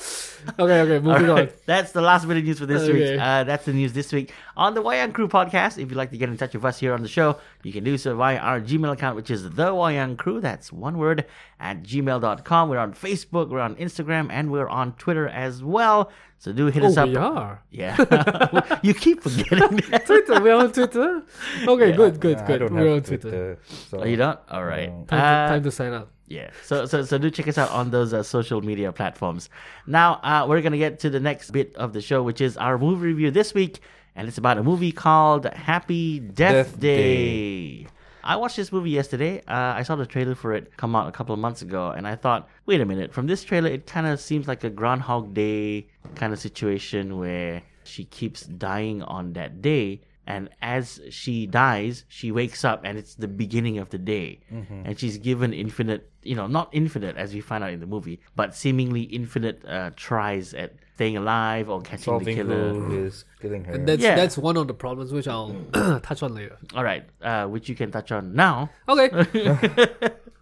S2: Okay, okay, moving
S1: All
S2: on.
S1: right. That's the last bit of news for this
S2: Okay.
S1: week. Uh, that's the news this week on the Wayang Crew podcast. If you'd like to get in touch with us here on the show, you can do so via our Gmail account, which is the Wayang Crew. That's one word at gmail.com. We're on Facebook, we're on Instagram, and we're on Twitter as well. So do hit us
S2: Oh,
S1: up.
S2: we are.
S1: Yeah. [laughs] you keep forgetting
S2: [laughs]
S1: that.
S2: Twitter, we're
S1: [laughs]
S2: on Twitter. Okay, good, good,
S3: I
S2: good.
S3: don't
S2: We're on
S3: have
S2: Twitter.
S3: Twitter. uh, so
S1: Oh, you don't? All right.
S2: Time,
S1: Uh,
S2: to, time to sign up.
S1: yeah. So, so, so do check us out on those uh, social media platforms. Now, uh, we're going to get to the next bit of the show, which is our movie review this week. And it's about a movie called Happy Death,
S3: Death
S1: Day. I watched this movie yesterday. Uh, I saw the trailer for it come out a couple of months ago, and I thought, wait a minute, from this trailer, it kind of seems like a Groundhog Day kind of situation where she keeps dying on that day. And as she dies, she wakes up, and it's the beginning of the day. And she's given infinite, you know, not infinite as we find out in the movie, but seemingly infinite uh, tries at staying alive or catching
S3: solving
S1: the killer.
S3: who is killing her.
S2: And that's
S1: Yeah.
S2: that's one of the problems which I'll [clears throat] touch on later.
S1: All right, uh, which you can touch on now. [laughs]
S2: Okay.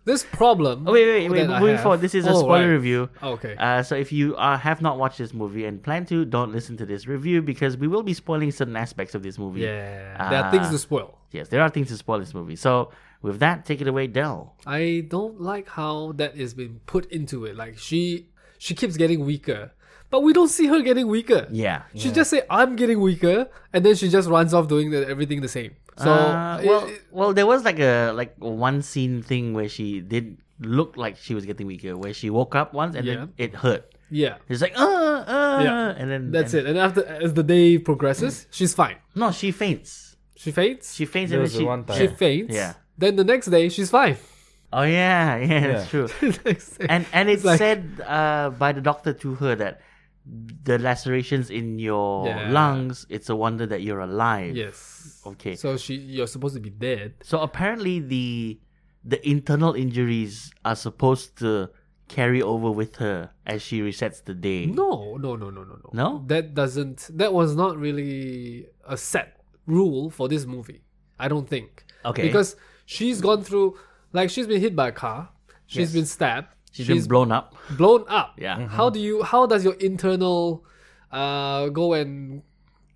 S2: this problem.
S1: Oh, wait, wait, wait.
S2: that I
S1: Moving
S2: have-
S1: forward, this is a
S2: Oh,
S1: spoiler
S2: right.
S1: review.
S2: Okay.
S1: Uh, so if you uh, have not watched this movie and plan to, don't listen to this review because we will be spoiling certain aspects of this movie.
S2: yeah, there
S1: Ah.
S2: are things to spoil.
S1: Yes, there are things to spoil this movie. So with that, take it away, Dell.
S2: I don't like how that is being put into it. Like she she keeps getting weaker. But we don't see her getting weaker.
S1: Yeah.
S2: She just say I'm getting weaker and then she just runs off doing the, everything the same. So
S1: Uh,
S2: it-
S1: well,
S2: it-
S1: well, there was like a like one scene thing where she did look like she was getting weaker, where she woke up once and then it hurt.
S2: yeah.
S1: It's like, uh, uh,
S2: Yeah.
S1: and then
S2: That's
S1: and-
S2: it. And after as the day progresses, she's fine.
S1: No, she faints.
S2: She faints.
S1: Mm. She faints
S3: There
S1: and
S3: was
S1: then she.
S3: one time.
S2: she faints.
S1: Yeah.
S2: Then the next day, she's fine. [laughs]
S1: Oh yeah, [laughs] yeah, that's true.
S2: Next day.
S1: And and it's
S2: like-
S1: said uh, by the doctor to her that the lacerations in your
S2: Yeah.
S1: lungs. It's a wonder that you're alive.
S2: yes.
S1: Okay. So,
S2: So she, you're supposed to be dead.
S1: apparently the the internal injuries are supposed to carry over with her as she resets the day.
S2: No, no, no, no, no, no.
S1: No?
S2: That doesn't. That was not really a set rule for this movie. I don't think.
S1: Okay.
S2: Because she's gone through, like, she's been hit by a car. She's
S1: Yes.
S2: been stabbed.
S1: She's been blown up.
S2: blown up.
S1: Yeah. Mhm.
S2: How do you? How does your internal, uh, go and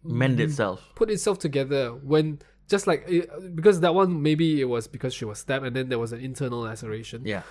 S1: Mend
S2: Mm.
S1: itself.
S2: put itself together when just like it, because that one maybe it was because she was stabbed and then there was an internal laceration.
S1: Yeah.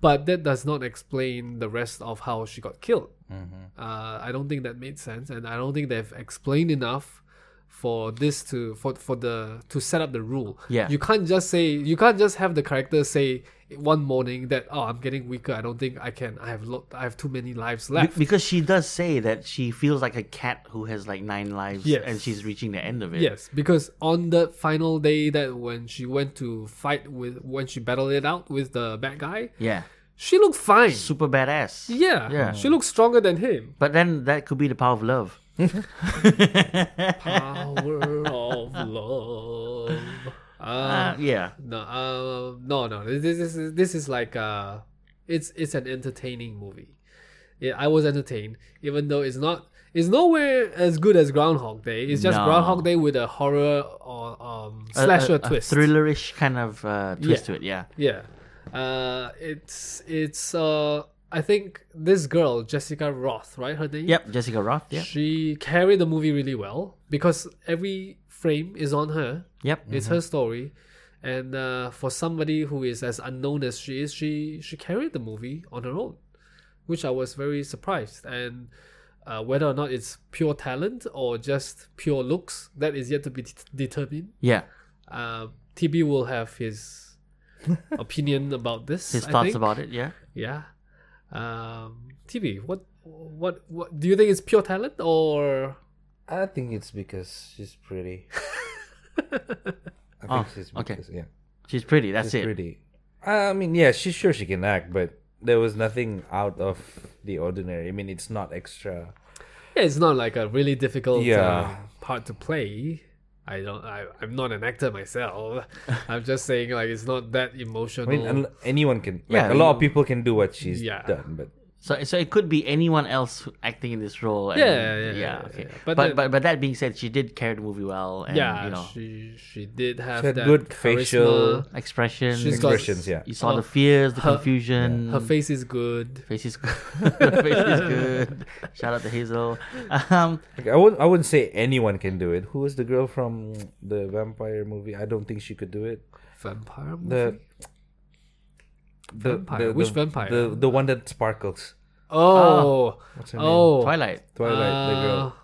S2: But that does not explain the rest of how she got killed.
S1: Mm-hmm.
S2: Uh, I don't think that made sense, and I don't think they've explained enough for this to for for the to set up the rule.
S1: Yeah.
S2: you can't just say you can't just have the character say one morning that oh I'm getting weaker. I don't think I can. I have lo- I have too many lives
S1: Be-
S2: left.
S1: because she does say that she feels like a cat who has like nine lives
S2: Yes.
S1: and she's reaching the end of it.
S2: Yes, because on the final day that when she went to fight with when she battled it out with the bad guy,
S1: Yeah.
S2: she looked fine.
S1: Super badass.
S2: Yeah,
S1: Yeah.
S2: she looked stronger than him.
S1: But then that could be the power of
S2: [laughs]
S1: love. [laughs]
S2: Power of love. Uh,
S1: Uh, yeah.
S2: no, uh, no, no. This this is this is like uh, it's it's an entertaining movie. Yeah, I was entertained, even though it's not. It's nowhere as good as Groundhog Day. It's just
S1: No.
S2: Groundhog Day with a horror or um,
S1: A-
S2: slasher
S1: a, a
S2: twist.
S1: thrillerish kind of uh, twist to
S2: Yeah.
S1: it. Yeah.
S2: Yeah. Uh, it's it's uh I think this girl Jessica Roth, right? Her name.
S1: Yep. Jessica Roth. Yeah.
S2: She carried the movie really well because every frame is on her.
S1: Yep.
S2: It's her story, and uh, for somebody who is as unknown as she is, she she carried the movie on her own, which I was very surprised. And uh, whether or not it's pure talent or just pure looks, that is yet to be det- determined
S1: Yeah.
S2: uh, TB will have his
S1: [laughs]
S2: opinion about this.
S1: His
S2: I
S1: thoughts
S2: think.
S1: about it. Yeah.
S2: yeah. Um, TB, what, what, what? Do you think it's pure talent or
S3: I think it's because she's
S1: [laughs]
S3: pretty. I think
S1: Oh,
S3: she's
S1: okay.
S3: because yeah,
S1: She's pretty. That's
S3: she's
S1: it.
S3: pretty. I mean, yeah, she's sure she can act, but there was nothing out of the ordinary. I mean, it's not extra.
S2: yeah, it's not like a really difficult
S3: Yeah.
S2: um, part to play. I don't. I, I'm not an actor
S3: [laughs]
S2: myself. I'm just saying, like, it's not that emotional.
S3: I mean, un- anyone can. Like,
S1: Yeah,
S3: a lot
S1: you-
S3: of people can do what she's
S2: Yeah.
S3: done, but
S1: So so it could be anyone else who- acting in this role. And,
S2: Yeah, yeah, yeah,
S1: okay.
S2: yeah.
S1: But
S2: But
S1: but,
S2: then-
S1: but that being said, she did carry the movie well. And,
S2: yeah,
S1: You know,
S2: she she did have
S3: She had
S2: that
S3: good
S2: charisma.
S3: facial-
S1: expression.
S2: She's got-
S3: expressions, yeah.
S1: you saw the
S2: Oh,
S1: fears, the
S2: her-
S1: confusion.
S2: Her face is good.
S1: Face is good. [laughs] Her face is good. Shout out to Hazel. Um,
S3: Like, I wouldn't. I wouldn't say anyone can do it. Who was the girl from the vampire movie? I don't think she could do it.
S2: Vampire movie.
S3: The the,
S2: Vampire? Which vampire?
S3: The the one that sparkles.
S2: oh,
S3: Ah. What's her name?
S2: oh,
S1: Twilight,
S3: Twilight. the girl.
S2: Uh,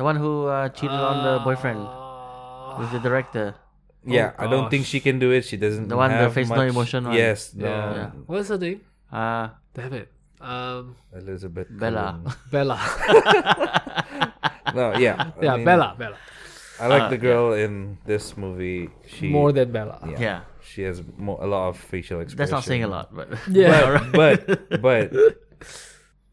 S1: the one who uh, cheated
S2: Ah.
S1: on the boyfriend
S2: Uh,
S1: with the director.
S3: Yeah, I don't
S2: Oh,
S3: think
S2: gosh.
S3: she can do it. She doesn't.
S1: The one that
S3: have
S1: face no
S3: much-
S1: emotion one.
S3: Yes, no.
S2: yeah. What's her name?
S1: Uh,
S2: Damn it. Um,
S3: Elizabeth
S1: Bella. [laughs]
S2: Bella.
S3: Cullen. no,
S2: [laughs]
S3: yeah, I
S2: yeah,
S3: mean,
S2: Bella. Bella.
S3: I
S1: Uh,
S3: like the girl in this movie. She
S2: More than Bella.
S3: yeah,
S1: Yeah.
S3: She has more, a lot of facial
S1: That's
S3: expression.
S1: not saying a lot, but [laughs]
S2: Yeah.
S3: but but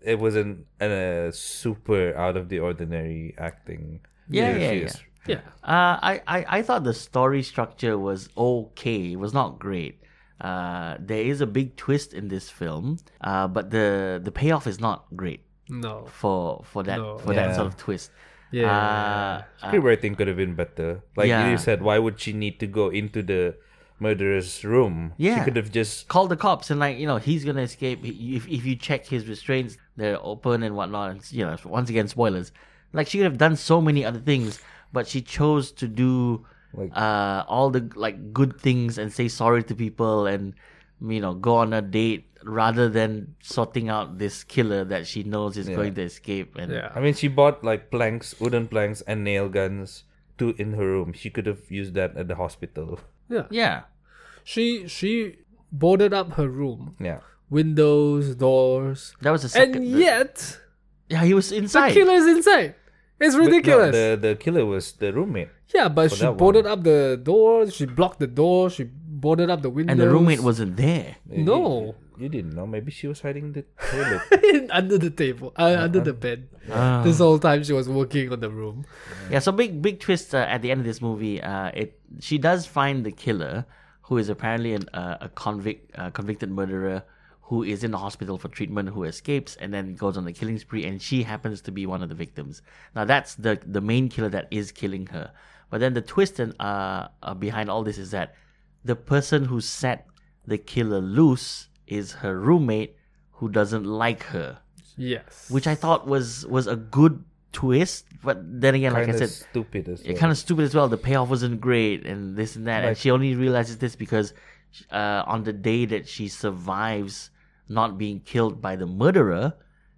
S3: it wasn't a super out of the ordinary acting.
S1: Yeah, yeah,
S3: she
S1: yeah.
S3: is-
S2: Yeah.
S1: Uh, I, I, I thought the story structure was okay. It was not great. Uh, there is a big twist in this film, uh, but the, the payoff is not great
S2: No.
S1: for for that
S2: No.
S1: for that
S3: Yeah.
S1: sort of twist.
S2: Yeah.
S1: Uh,
S3: Screenwriting could have been better. Like
S1: Yeah.
S3: you said, why would she need to go into the murderer's room?
S1: Yeah.
S3: she could have just
S1: call the cops and like you know he's gonna escape if if you check his restraints they're open and whatnot. And, you know once again spoilers. Like she could have done so many other things, but she chose to do
S3: Like-
S1: uh, all the like good things and say sorry to people and you know go on a date rather than sorting out this killer that she knows is going to escape. And
S2: yeah.
S3: I mean, she bought like planks, wooden planks, and nail guns to in her room. She could have used that at the hospital.
S2: yeah.
S1: yeah,
S2: She she boarded up her room,
S3: Yeah.
S2: windows, doors,
S1: that was a second.
S2: and yet
S1: Yeah, he was
S2: The
S1: inside.
S2: killer is inside. It's
S3: But no,
S2: ridiculous.
S3: the the killer was the roommate.
S2: yeah, but
S3: for
S2: she
S3: that one.
S2: boarded up the door. She blocked the door. She boarded up the window.
S1: and the roommate wasn't there.
S3: You-
S2: No.
S3: you, didn't know. Maybe she was hiding
S1: [laughs]
S3: in the toilet.
S2: [laughs] under the table, uh, under the bed.
S1: Ah.
S2: This whole time she was working on the room.
S1: Yeah, so big big twist uh, at the end of this movie. Uh, it she does find the killer, who is apparently an, uh, a convict, uh, convicted murderer, who is in the hospital for treatment, who escapes and then goes on the killing spree. And she happens to be one of the victims. Now that's the the main killer that is killing her. But then the twist and uh, uh, behind all this is that the person who set the killer loose is her roommate, who doesn't like her,
S2: Yes.
S1: which I thought was was a good twist. But then again, like I
S3: Kinda
S1: said
S3: stupid as
S1: it
S3: well.
S1: kind of stupid as well. The payoff wasn't great, and this and that. and
S3: Right.
S1: she only realizes this because uh, on the day that she survives not being killed by the murderer,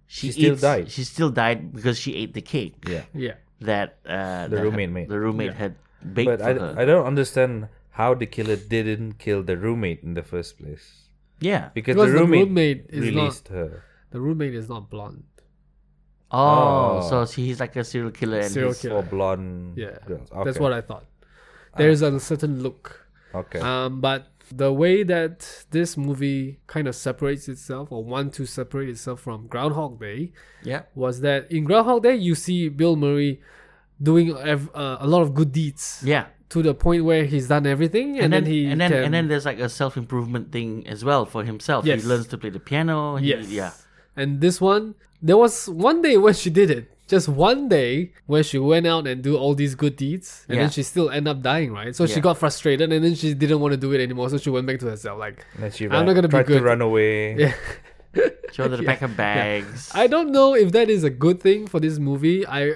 S1: she,
S3: She still
S1: eats-
S3: died.
S1: She still died because she ate the cake
S3: yeah.
S2: yeah.
S1: that uh,
S3: The
S1: that
S3: roommate
S1: her-
S3: made.
S1: The roommate
S2: Yeah.
S1: had baked
S3: But
S1: for
S3: I,
S1: her.
S3: I don't understand how the killer didn't kill the roommate in the first place
S1: yeah.
S3: because
S2: Because
S3: the
S2: the
S3: roommate,
S2: roommate is not-
S3: released her.
S2: The roommate is not blonde.
S1: Oh, so
S3: Oh.
S1: he's like a serial killer. And
S2: Serial
S1: he's-
S2: killer.
S3: Or blonde
S2: Yeah.
S3: girls.
S2: That's
S3: Okay.
S2: what I thought. There's a certain look.
S3: Okay.
S2: Um, but the way that this movie kind of separates itself or want to separate itself from Groundhog Day
S1: Yeah.
S2: was that in Groundhog Day you see Bill Murray doing ev- uh, a lot of good deeds
S1: Yeah.
S2: to the point where he's done everything and,
S1: And,
S2: then,
S1: then,
S2: he
S1: and then
S2: can,
S1: and then there's like a self improvement thing as well for himself.
S2: Yes.
S1: He learns to play the piano. he-
S2: Yes.
S1: yeah.
S2: And this one, there was one day when she did it. Just one day where she went out and do all these good deeds, and
S1: Yeah.
S2: then she still end up dying, right? So she
S1: Yeah.
S2: got frustrated, and then she didn't want to do it anymore. So she went back to herself, like,
S3: and she
S2: I'm
S3: ran,
S2: not gonna be
S3: tried
S2: good.
S3: to run away.
S2: yeah.
S1: She ordered
S3: [laughs]
S1: a pack of bags.
S2: I don't know if that is a good thing for this movie. I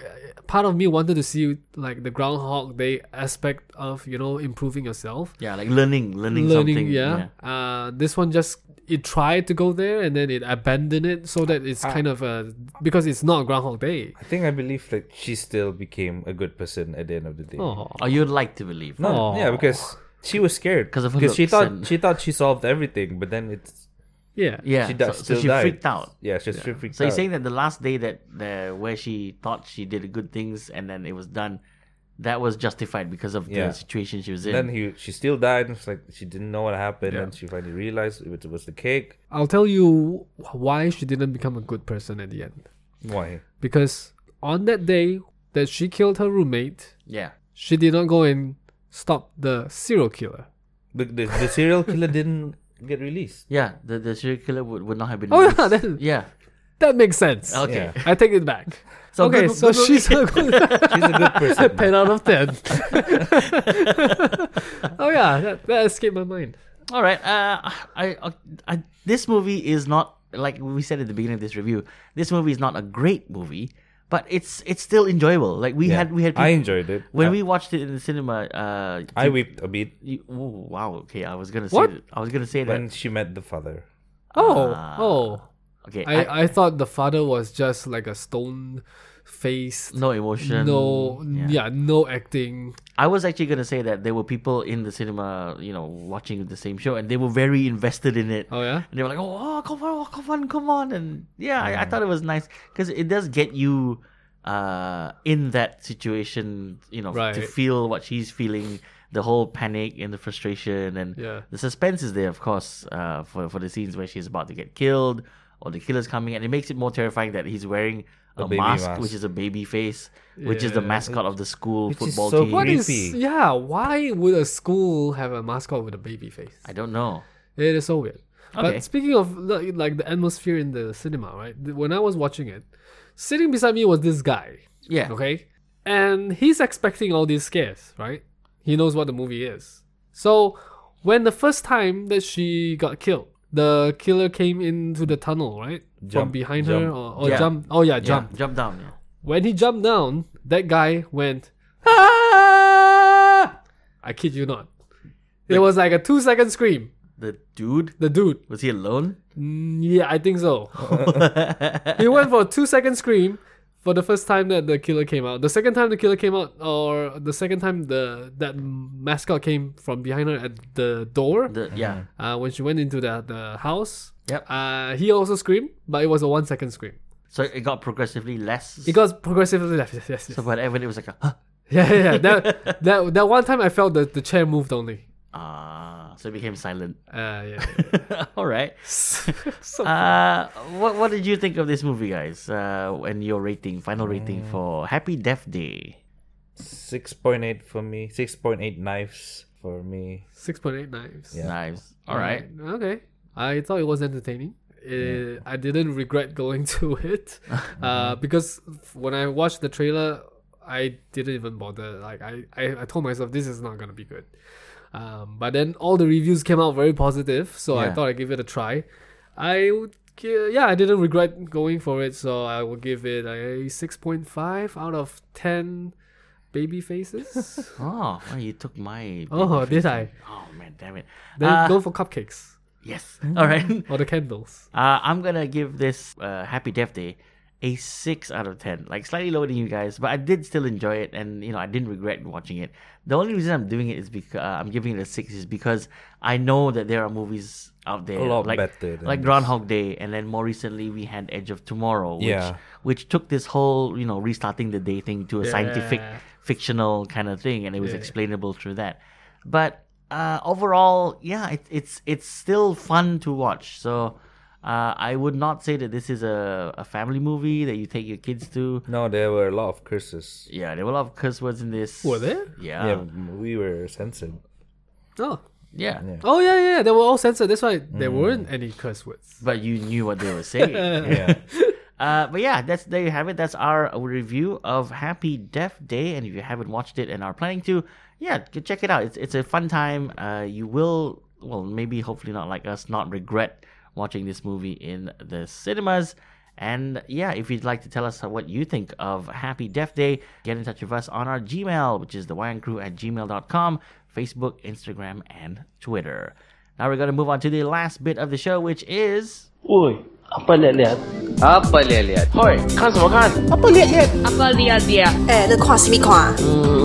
S2: part of me wanted to see like the Groundhog Day aspect of you know improving yourself,
S1: Yeah, like learning, learning, something.
S2: yeah. Uh, this one just it tried to go there and then it abandoned it, so that it's kind of a because it's not Groundhog Day.
S3: I think I believe that she still became a good person at the end of the day.
S2: Oh.
S1: Or you'd like to believe.
S3: No,
S2: Aw.
S3: yeah, because she was scared
S1: 'Cause of her
S3: because she
S1: looks
S3: thought
S1: and-
S3: she thought she solved everything, but then it's
S2: Yeah.
S1: Yeah.
S3: she
S1: so,
S3: does
S1: so
S3: still
S1: she
S3: died.
S1: freaked out.
S3: Yeah, she she freaked
S1: So
S3: out.
S1: you're saying that the last day that the, where she thought she did good things and then it was done, that was justified because of
S3: Yeah.
S1: the situation she was in.
S3: then he she still died. and It's like she didn't know what happened,
S2: Yeah.
S3: and she finally realized it was the cake.
S2: I'll tell you why she didn't become a good person at the end.
S3: Why?
S2: Because on that day that she killed her roommate,
S1: yeah.
S2: she did not go and stop the serial killer.
S3: The the, the serial killer didn't get released.
S1: Yeah. The the serial killer would, would not have been.
S2: Oh [laughs]
S1: released.
S2: yeah, that,
S1: yeah.
S2: that makes sense.
S1: Okay.
S2: I take it back.
S1: [laughs] So
S2: okay,
S1: good-
S2: so
S1: good-
S2: she's a good
S3: She's a good person.
S2: [laughs] ten out of
S1: [laughs]
S2: ten. oh yeah, that, that escaped my mind.
S1: All right. Uh, I, I, I, this movie is not like we said at the beginning of this review. This movie is not a great movie, but it's it's still enjoyable. Like we
S3: Yeah.
S1: had we had
S3: I
S1: peop-
S3: enjoyed it
S1: when
S3: I,
S1: we watched it in the cinema. Uh,
S3: I wept a bit
S1: you, oh, wow. Okay, I was gonna say.
S2: What?
S1: That, I was gonna say that.
S3: when she met the father.
S2: Oh,
S1: Ah.
S2: oh.
S1: Okay. I,
S2: I, I thought the father was just like a stone faced
S1: no emotion.
S2: no
S1: Mm. Yeah.
S2: yeah, no acting.
S1: I was actually gonna say that there were people in the cinema, you know, watching the same show, and they were very invested in it.
S2: Oh yeah?
S1: And they were like, oh, oh, come on, oh, come on, come on. And yeah, I, I
S2: Mm.
S1: thought it was nice because it does get you uh, in that situation, you know, to
S2: Right.
S1: feel what she's feeling, the whole panic and the frustration. And
S2: Yeah.
S1: the suspense is there, of course, uh, for, for the scenes where she's about to get killed or the killer's coming. And it makes it more terrifying that he's wearing a,
S3: A baby
S1: mask,
S3: mask.
S1: which is a baby face, which is the
S2: Yeah.
S1: mascot of the school
S3: Which is
S1: football
S3: so
S1: team.
S2: What is
S3: Creepy.
S2: yeah? Why would a school have a mascot with a baby face?
S1: I don't know.
S2: It is so weird.
S1: Okay.
S2: But speaking of li- like the atmosphere in the cinema, right? th- When I was watching it, sitting beside me was this guy,
S1: Yeah.
S2: okay, and he's expecting all these scares, right? He knows what the movie is. So when the first time that she got killed, the killer came into the tunnel, right? From
S3: Jump,
S2: behind her
S3: jump.
S2: or, or
S1: Yeah.
S2: jump. Oh yeah,
S1: Yeah,
S2: jump.
S1: Jump down. Yeah.
S2: When he jumped down, that guy went, ah! I kid you not. It was like a two second scream.
S1: The dude,
S2: The dude,
S1: was he alone?
S2: mm, yeah, I think
S1: [laughs]
S2: so. he went for a two second scream for the first time that the killer came out. The second time the killer came out, or the second time the that mascot came from behind her at the door,
S1: The, yeah.
S2: uh, when she went into the, the house,
S1: Yep.
S2: uh, he also screamed, but it was a one second scream.
S1: So it got progressively less.
S2: It got progressively [laughs] left. Yes, yes, yes.
S1: so whatever it was like, huh, [laughs]
S2: yeah, yeah, yeah. That, that, that one time I felt the, the chair moved only.
S1: ah, so it became silent. [laughs]
S2: Uh, yeah. [laughs]
S1: All right.
S2: so,
S1: Uh, what what did you think of this movie, guys? Uh, and your rating, final
S2: Mm.
S1: rating for Happy Death Day.
S3: Six point eight for me. Six point eight knives for me.
S2: 6.8 knives.
S3: Yeah.
S1: Knives. All right.
S2: Okay. I thought it was entertaining. Uh I didn't regret going [laughs] to
S1: [laughs]
S2: it uh, because f- when I watched the trailer, I didn't even bother. Like I, I, I told myself this is not gonna be good. Um, but then all the reviews came out very positive, so I
S1: Yeah.
S2: thought I'd give it a try. I would, gi- yeah, I didn't regret going for it, so I will give it a six point five out of ten
S1: [laughs]
S2: baby faces.
S1: Oh, well, you took my.
S2: oh, did I?
S1: Oh man, damn it.
S2: Then
S1: Uh,
S2: go for cupcakes
S1: yes. All right. [laughs]
S2: or the candles.
S1: Uh, I'm gonna give this uh, Happy Death Day a six out of ten, like slightly lower than you guys, but I did still enjoy it, and you know I didn't regret watching it. The only reason I'm doing it is because uh, I'm giving it a six is because I know that there are movies out there
S3: A lot
S1: like
S3: better than
S1: like
S3: this.
S1: Groundhog Day, and then more recently we had Edge of Tomorrow, which
S3: Yeah.
S1: which took this whole you know restarting the day thing to a scientific
S2: Yeah.
S1: fictional kind of thing, and it was
S2: Yeah.
S1: explainable through that. But uh, overall, yeah, it, it's it's still fun to watch. So uh, I would not say that this is a, a family movie that you take your kids to.
S3: No, there were a lot of curses.
S1: Yeah, there were a lot of curse words in this.
S2: Were there?
S1: Yeah,
S3: yeah,
S1: yeah.
S3: we were censored.
S2: [laughs] Oh,
S3: Yeah.
S2: Oh yeah, yeah, yeah, they were all censored. That's why there weren't any curse words.
S1: But you knew what they were
S2: [laughs]
S1: saying.
S3: Yeah.
S1: Uh, but yeah, that's there you have it. That's our review of Happy Death Day, and if you haven't watched it and are planning to, yeah, go check it out. It's it's a fun time. Uh, you will well maybe hopefully not like us not regret watching this movie in the cinemas. And yeah, if you'd like to tell us what you think of Happy Death Day, get in touch with us on our Gmail, which is thewirandcrew at gmail.com, Facebook, Instagram, and Twitter. Now we're going to move on to the last bit of the show, which is
S4: Oi, apa lihat-lihat? Apa lihat-lihat? Hoi, kan sama kan? Apa lihat-lihat?
S5: Apa lihat dia?
S6: Eh, 你看什么看啊？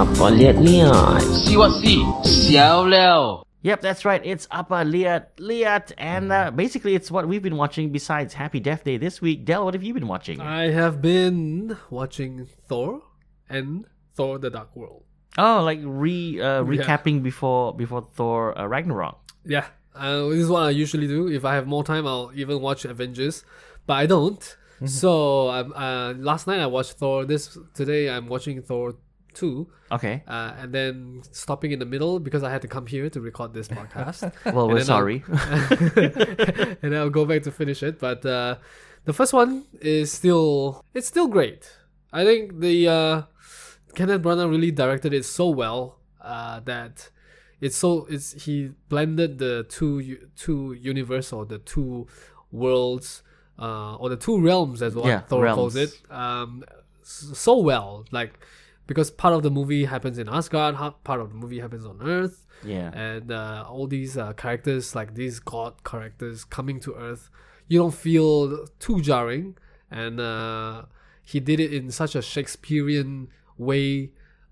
S4: Apa lihat-lihat? See what see? Xiao Liao.
S1: Yep, that's right. It's Appa Liat Liat, and uh,
S3: Mm-hmm.
S1: basically it's what we've been watching besides Happy Death Day this week. Del, what have you been watching?
S3: Uh,
S2: I have been watching Thor and Thor: The Dark World.
S1: oh, like re uh, recapping before before Thor uh, Ragnarok.
S2: Yeah, uh, this is what I usually do. If I have more time, I'll even watch Avengers, but I don't. So um, uh, last night I watched Thor. This today I'm watching Thor two,
S1: Okay.
S2: uh, and then stopping in the middle because I had to come here to record this podcast.
S1: Well, we're
S2: then I'll-
S3: [laughs]
S1: sorry.
S2: [laughs] and I'll go back to finish it. But uh, the first one is still it's still great. I think the uh, Kenneth Branagh really directed it so well uh, that it's so it's he blended the two u- two universe or the two worlds uh, or the two realms as what
S1: Yeah,
S2: Thor calls it
S1: realms.
S2: um, s- so well like. Because part of the movie happens in Asgard, ha- part of the movie happens on Earth,
S1: yeah.
S2: and uh, all these uh, characters like these god characters coming to earth you don't feel too jarring and uh, he did it in such a shakespearean way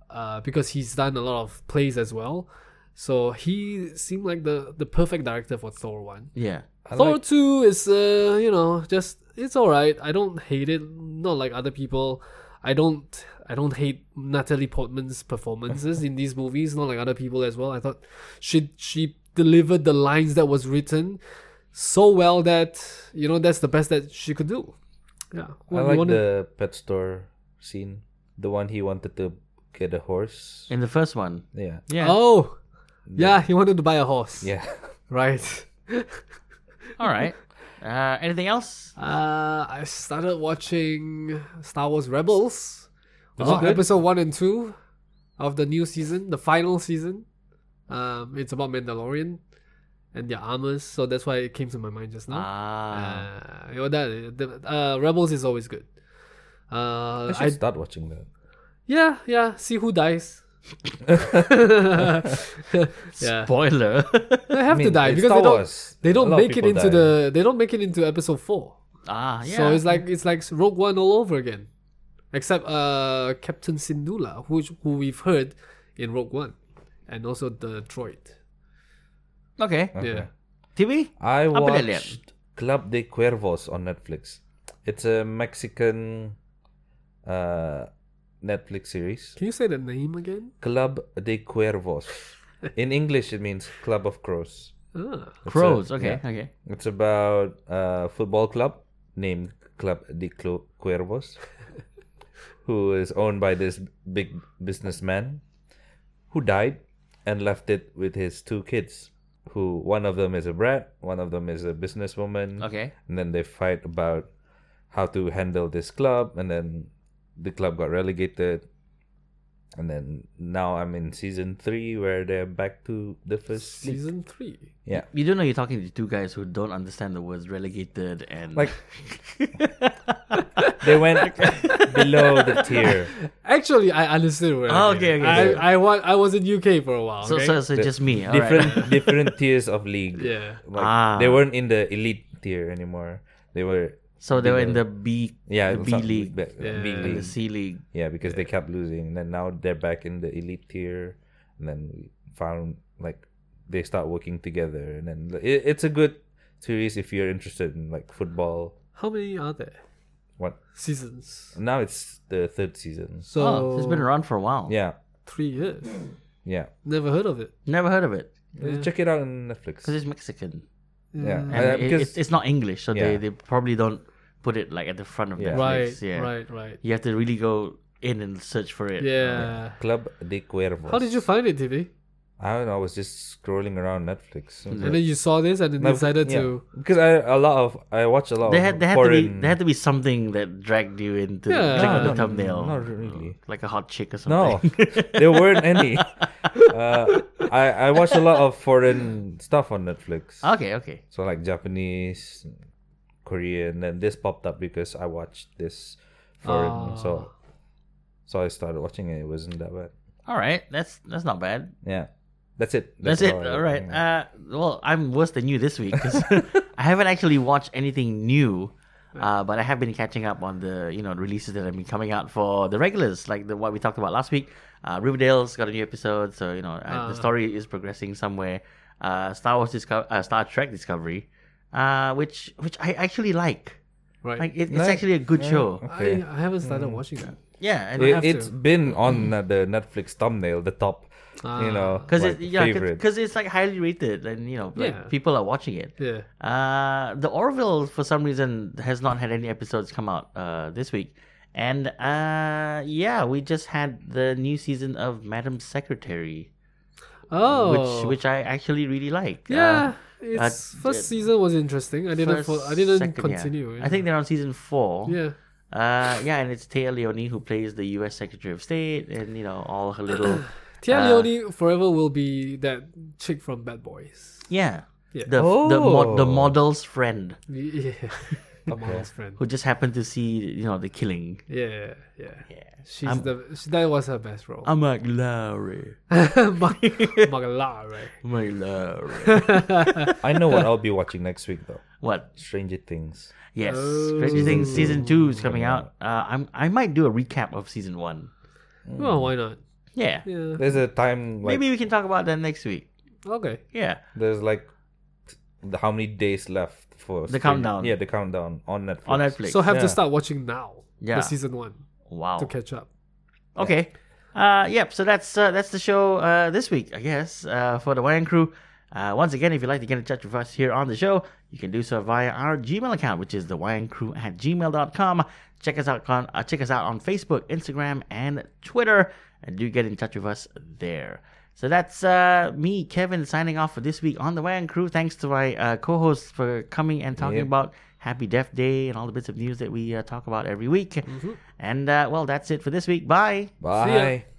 S2: uh, because he's done a lot of plays as well so he seemed like the, the perfect director for thor 1
S1: Yeah.
S2: Thor 2 is, uh, you know, just it's all right. I don't hate it. Not like other people. I don't. I don't hate Natalie Portman's
S3: [laughs]
S2: performances in these movies. Not like other people as well. I thought she she delivered the lines that was written so well that you know that's the best that she could do. Yeah,
S3: I
S2: Well, you
S3: like
S2: wanna-
S3: the pet store scene. The one he wanted to get a horse.
S1: In the first one.
S3: Yeah. [laughs]
S1: Yeah.
S2: Oh, yeah. He wanted to buy a horse.
S3: Yeah.
S2: Right. [laughs]
S1: All [laughs] right. Uh, anything else?
S2: Uh, I started watching Star Wars Rebels.
S3: Was
S2: Oh,
S3: it good?
S2: Episode one and two of the new season, the final season. Um, it's about Mandalorian and their armors, so that's why it came to my mind just now.
S1: Ah.
S2: Uh, you know, that the, uh, Rebels is always good. Uh,
S3: I should
S2: I-
S3: start watching that.
S2: yeah, yeah. See who
S3: [laughs]
S2: dies. [laughs]
S3: Uh,
S2: yeah,
S1: Spoiler.
S2: they have to
S3: mean,
S2: die
S3: it's
S2: because
S3: Star
S2: they don't,
S3: Wars.
S2: they
S3: A
S2: don't
S3: lot of
S2: make it
S3: people
S2: into
S3: die.
S2: the they don't make it into episode four.
S1: [laughs] ah. Yeah.
S2: So it's like it's like Rogue One all over again, except uh Captain Sindula, who who we've heard in Rogue One, and also the droid.
S1: okay.
S2: Yeah,
S1: TV.
S3: I
S1: Apple Alien.
S3: watched Club de Cuervos on Netflix. It's a Mexican uh, Netflix series.
S2: Can you say the name again?
S3: Club de Cuervos. In English, it means Club of Crows.
S2: Ah.
S3: It's
S1: Crows.
S3: a-
S1: okay.
S3: yeah. Mm-hmm.
S1: Okay.
S3: It's about a football club named Club de Clo- Cuervos, who is owned by this big businessman who died and left it with his two kids. Who one of them is a brat, one of them is a businesswoman.
S1: Okay.
S3: And then they fight about how to handle this club, and then the club got relegated. And then now I'm in season three where they're back to the first league.
S2: Season three.
S3: Yeah.
S1: You do know you're talking to two guys who don't understand the words relegated and [laughs]
S3: Like- [laughs] They went below the tier.
S1: [laughs]
S2: Actually, I understood. Where
S1: Oh,
S2: it
S1: okay,
S2: came.
S1: okay,
S2: I,
S1: okay.
S2: I, wa- I was in UK for a while.
S1: so,
S2: okay?
S1: so, so
S3: The-
S1: just me. All right. [laughs]
S3: different different tiers of league.
S2: yeah.
S3: Like,
S1: Ah.
S3: They weren't in the elite tier anymore. They were
S1: So they were in the B,
S3: yeah
S1: the
S3: it was
S1: B
S3: not-
S1: league,
S3: but-
S2: Yeah.
S3: B
S1: and the
S3: league.
S1: C league.
S3: Yeah, because they kept losing. And then now they're back in the elite tier. And then we found like they start working together. And then it, it's a good series if you're interested in like football.
S2: How many are there?
S3: What
S2: Seasons.
S3: now it's the third season.
S1: oh,
S2: So
S1: Ah, so it's been around for a while.
S3: Yeah,
S2: three years.
S3: yeah.
S2: Never heard of it.
S1: Never heard of it
S3: Check it out on Netflix.
S1: because it's Mexican
S3: Yeah,
S1: and
S3: Uh,
S1: it-
S3: because-
S1: it's, it's not English, so they,
S3: Yeah.
S1: they probably don't put it like at the front of
S3: Yeah.
S2: Right,
S1: Netflix. Yeah.
S2: right, right.
S1: You have to really go in and search for it.
S2: Yeah.
S3: Club de Cuervos.
S2: How did you find it, TV?
S3: I don't know. I was just scrolling around Netflix.
S2: And then you saw this and then
S3: Like,
S2: decided
S3: yeah.
S2: to.
S3: because I a lot of I watch a lot.
S1: There
S3: of
S1: had there had
S3: foreign...
S1: to be there had to be something that dragged you into
S2: Yeah.
S1: clicking
S2: No,
S1: the
S3: no,
S1: thumbnail.
S3: not really.
S1: Like a hot chick or
S3: no,
S1: something. [laughs]
S3: [laughs] there weren't any. Uh, I I watch a lot of foreign stuff on Netflix.
S1: okay, okay.
S3: So like Japanese, Korean, and this popped up because I watched this
S1: Ah.
S3: foreign. So so I started watching it. It wasn't that bad.
S1: All right. That's that's not bad.
S3: Yeah, that's it. Mm.
S1: That's, it. All right. Uh, well, I'm worse than you this week 'cause I haven't actually watched anything new, uh, but I have been catching up on the you know releases that have been coming out for the regulars, like the what we talked about last week. Uh, Riverdale's got a new episode, so you know uh, the
S2: Ah.
S1: story is progressing somewhere. Uh, Star Wars Disco- uh, Star Trek Discovery, uh, which which I actually like.
S2: Right.
S1: Like it, it's
S3: Nice.
S1: actually a good show.
S3: Okay.
S2: I, I haven't started
S1: Mm.
S2: watching that.
S1: Yeah, and
S3: It,
S2: have
S3: it's
S2: to.
S3: been on uh, the Netflix thumbnail, the top,
S2: Ah.
S3: you know,
S1: because
S3: like,
S1: it, yeah,
S3: favorite.
S1: because it's like highly rated, and you know, like
S2: Yeah.
S1: people are watching it.
S2: Yeah.
S1: Uh, the Orville, for some reason, has not had any episodes come out uh, this week. And uh, yeah, we just had the new season of Madam Secretary,
S2: Oh.
S1: which uh, which I actually really like.
S2: Yeah.
S1: uh,
S2: It's first
S1: it-
S2: season was interesting. I
S1: Uh,
S2: didn't.
S1: first,
S2: fo- I didn't
S1: second, yeah.
S2: continue.
S1: I think they're on season four.
S2: Yeah.
S1: Uh, yeah, and it's Tia Leone who plays the U.S. Secretary of State, and you know all her
S2: [clears throat]
S1: little
S2: Tia
S1: Uh,
S2: Leone forever will be that chick from Bad Boys.
S1: yeah,
S2: Yeah.
S1: the the, mo- the
S3: Oh.
S1: model's friend
S2: [laughs] Yeah. The model's friend.
S1: who just happened to see you know the killing.
S2: Yeah. Yeah.
S1: Yeah,
S2: She's the. She, that was her best role.
S1: I'm like Larry,
S2: [laughs]
S1: [laughs]
S2: Mark, Mark Lau, right?
S1: my Larry.
S3: I
S1: [laughs]
S3: know what I'll be watching next week though.
S1: What?
S3: Stranger Things.
S1: Yes,
S2: Oh.
S1: Stranger Things season two is coming out. Uh, I'm I might do a recap of season one. Mm.
S2: Well, why not?
S1: Yeah,
S2: Yeah.
S3: There's a time like
S1: maybe we can talk about that next week.
S2: Okay.
S1: Yeah,
S3: there's like the, how many days left for
S1: The
S3: Stranger-
S1: countdown.
S3: Yeah, the countdown on Netflix.
S1: on Netflix.
S2: So have to
S3: Yeah.
S2: start watching now.
S1: Yeah.
S2: The season one
S1: wow.
S2: to catch up.
S1: Okay. Uh, yep. So that's uh, that's the show uh, this week, I guess, uh, for the Wayang Crew. Uh, once again, if you'd like to get in touch with us here on the show, you can do so via our Gmail account, which is the Crew at gmail.com. Check us out on uh, check us out on Facebook, Instagram, and Twitter, and do get in touch with us there. So that's uh, me, Kevin, signing off for this week on the Wayang Crew. Thanks to my uh, co-hosts for coming and talking
S3: Yep.
S1: about Happy Death Day and all the bits of news that we uh, talk about every week. And uh, well, that's it for this week. Bye.
S3: Bye.
S2: See ya.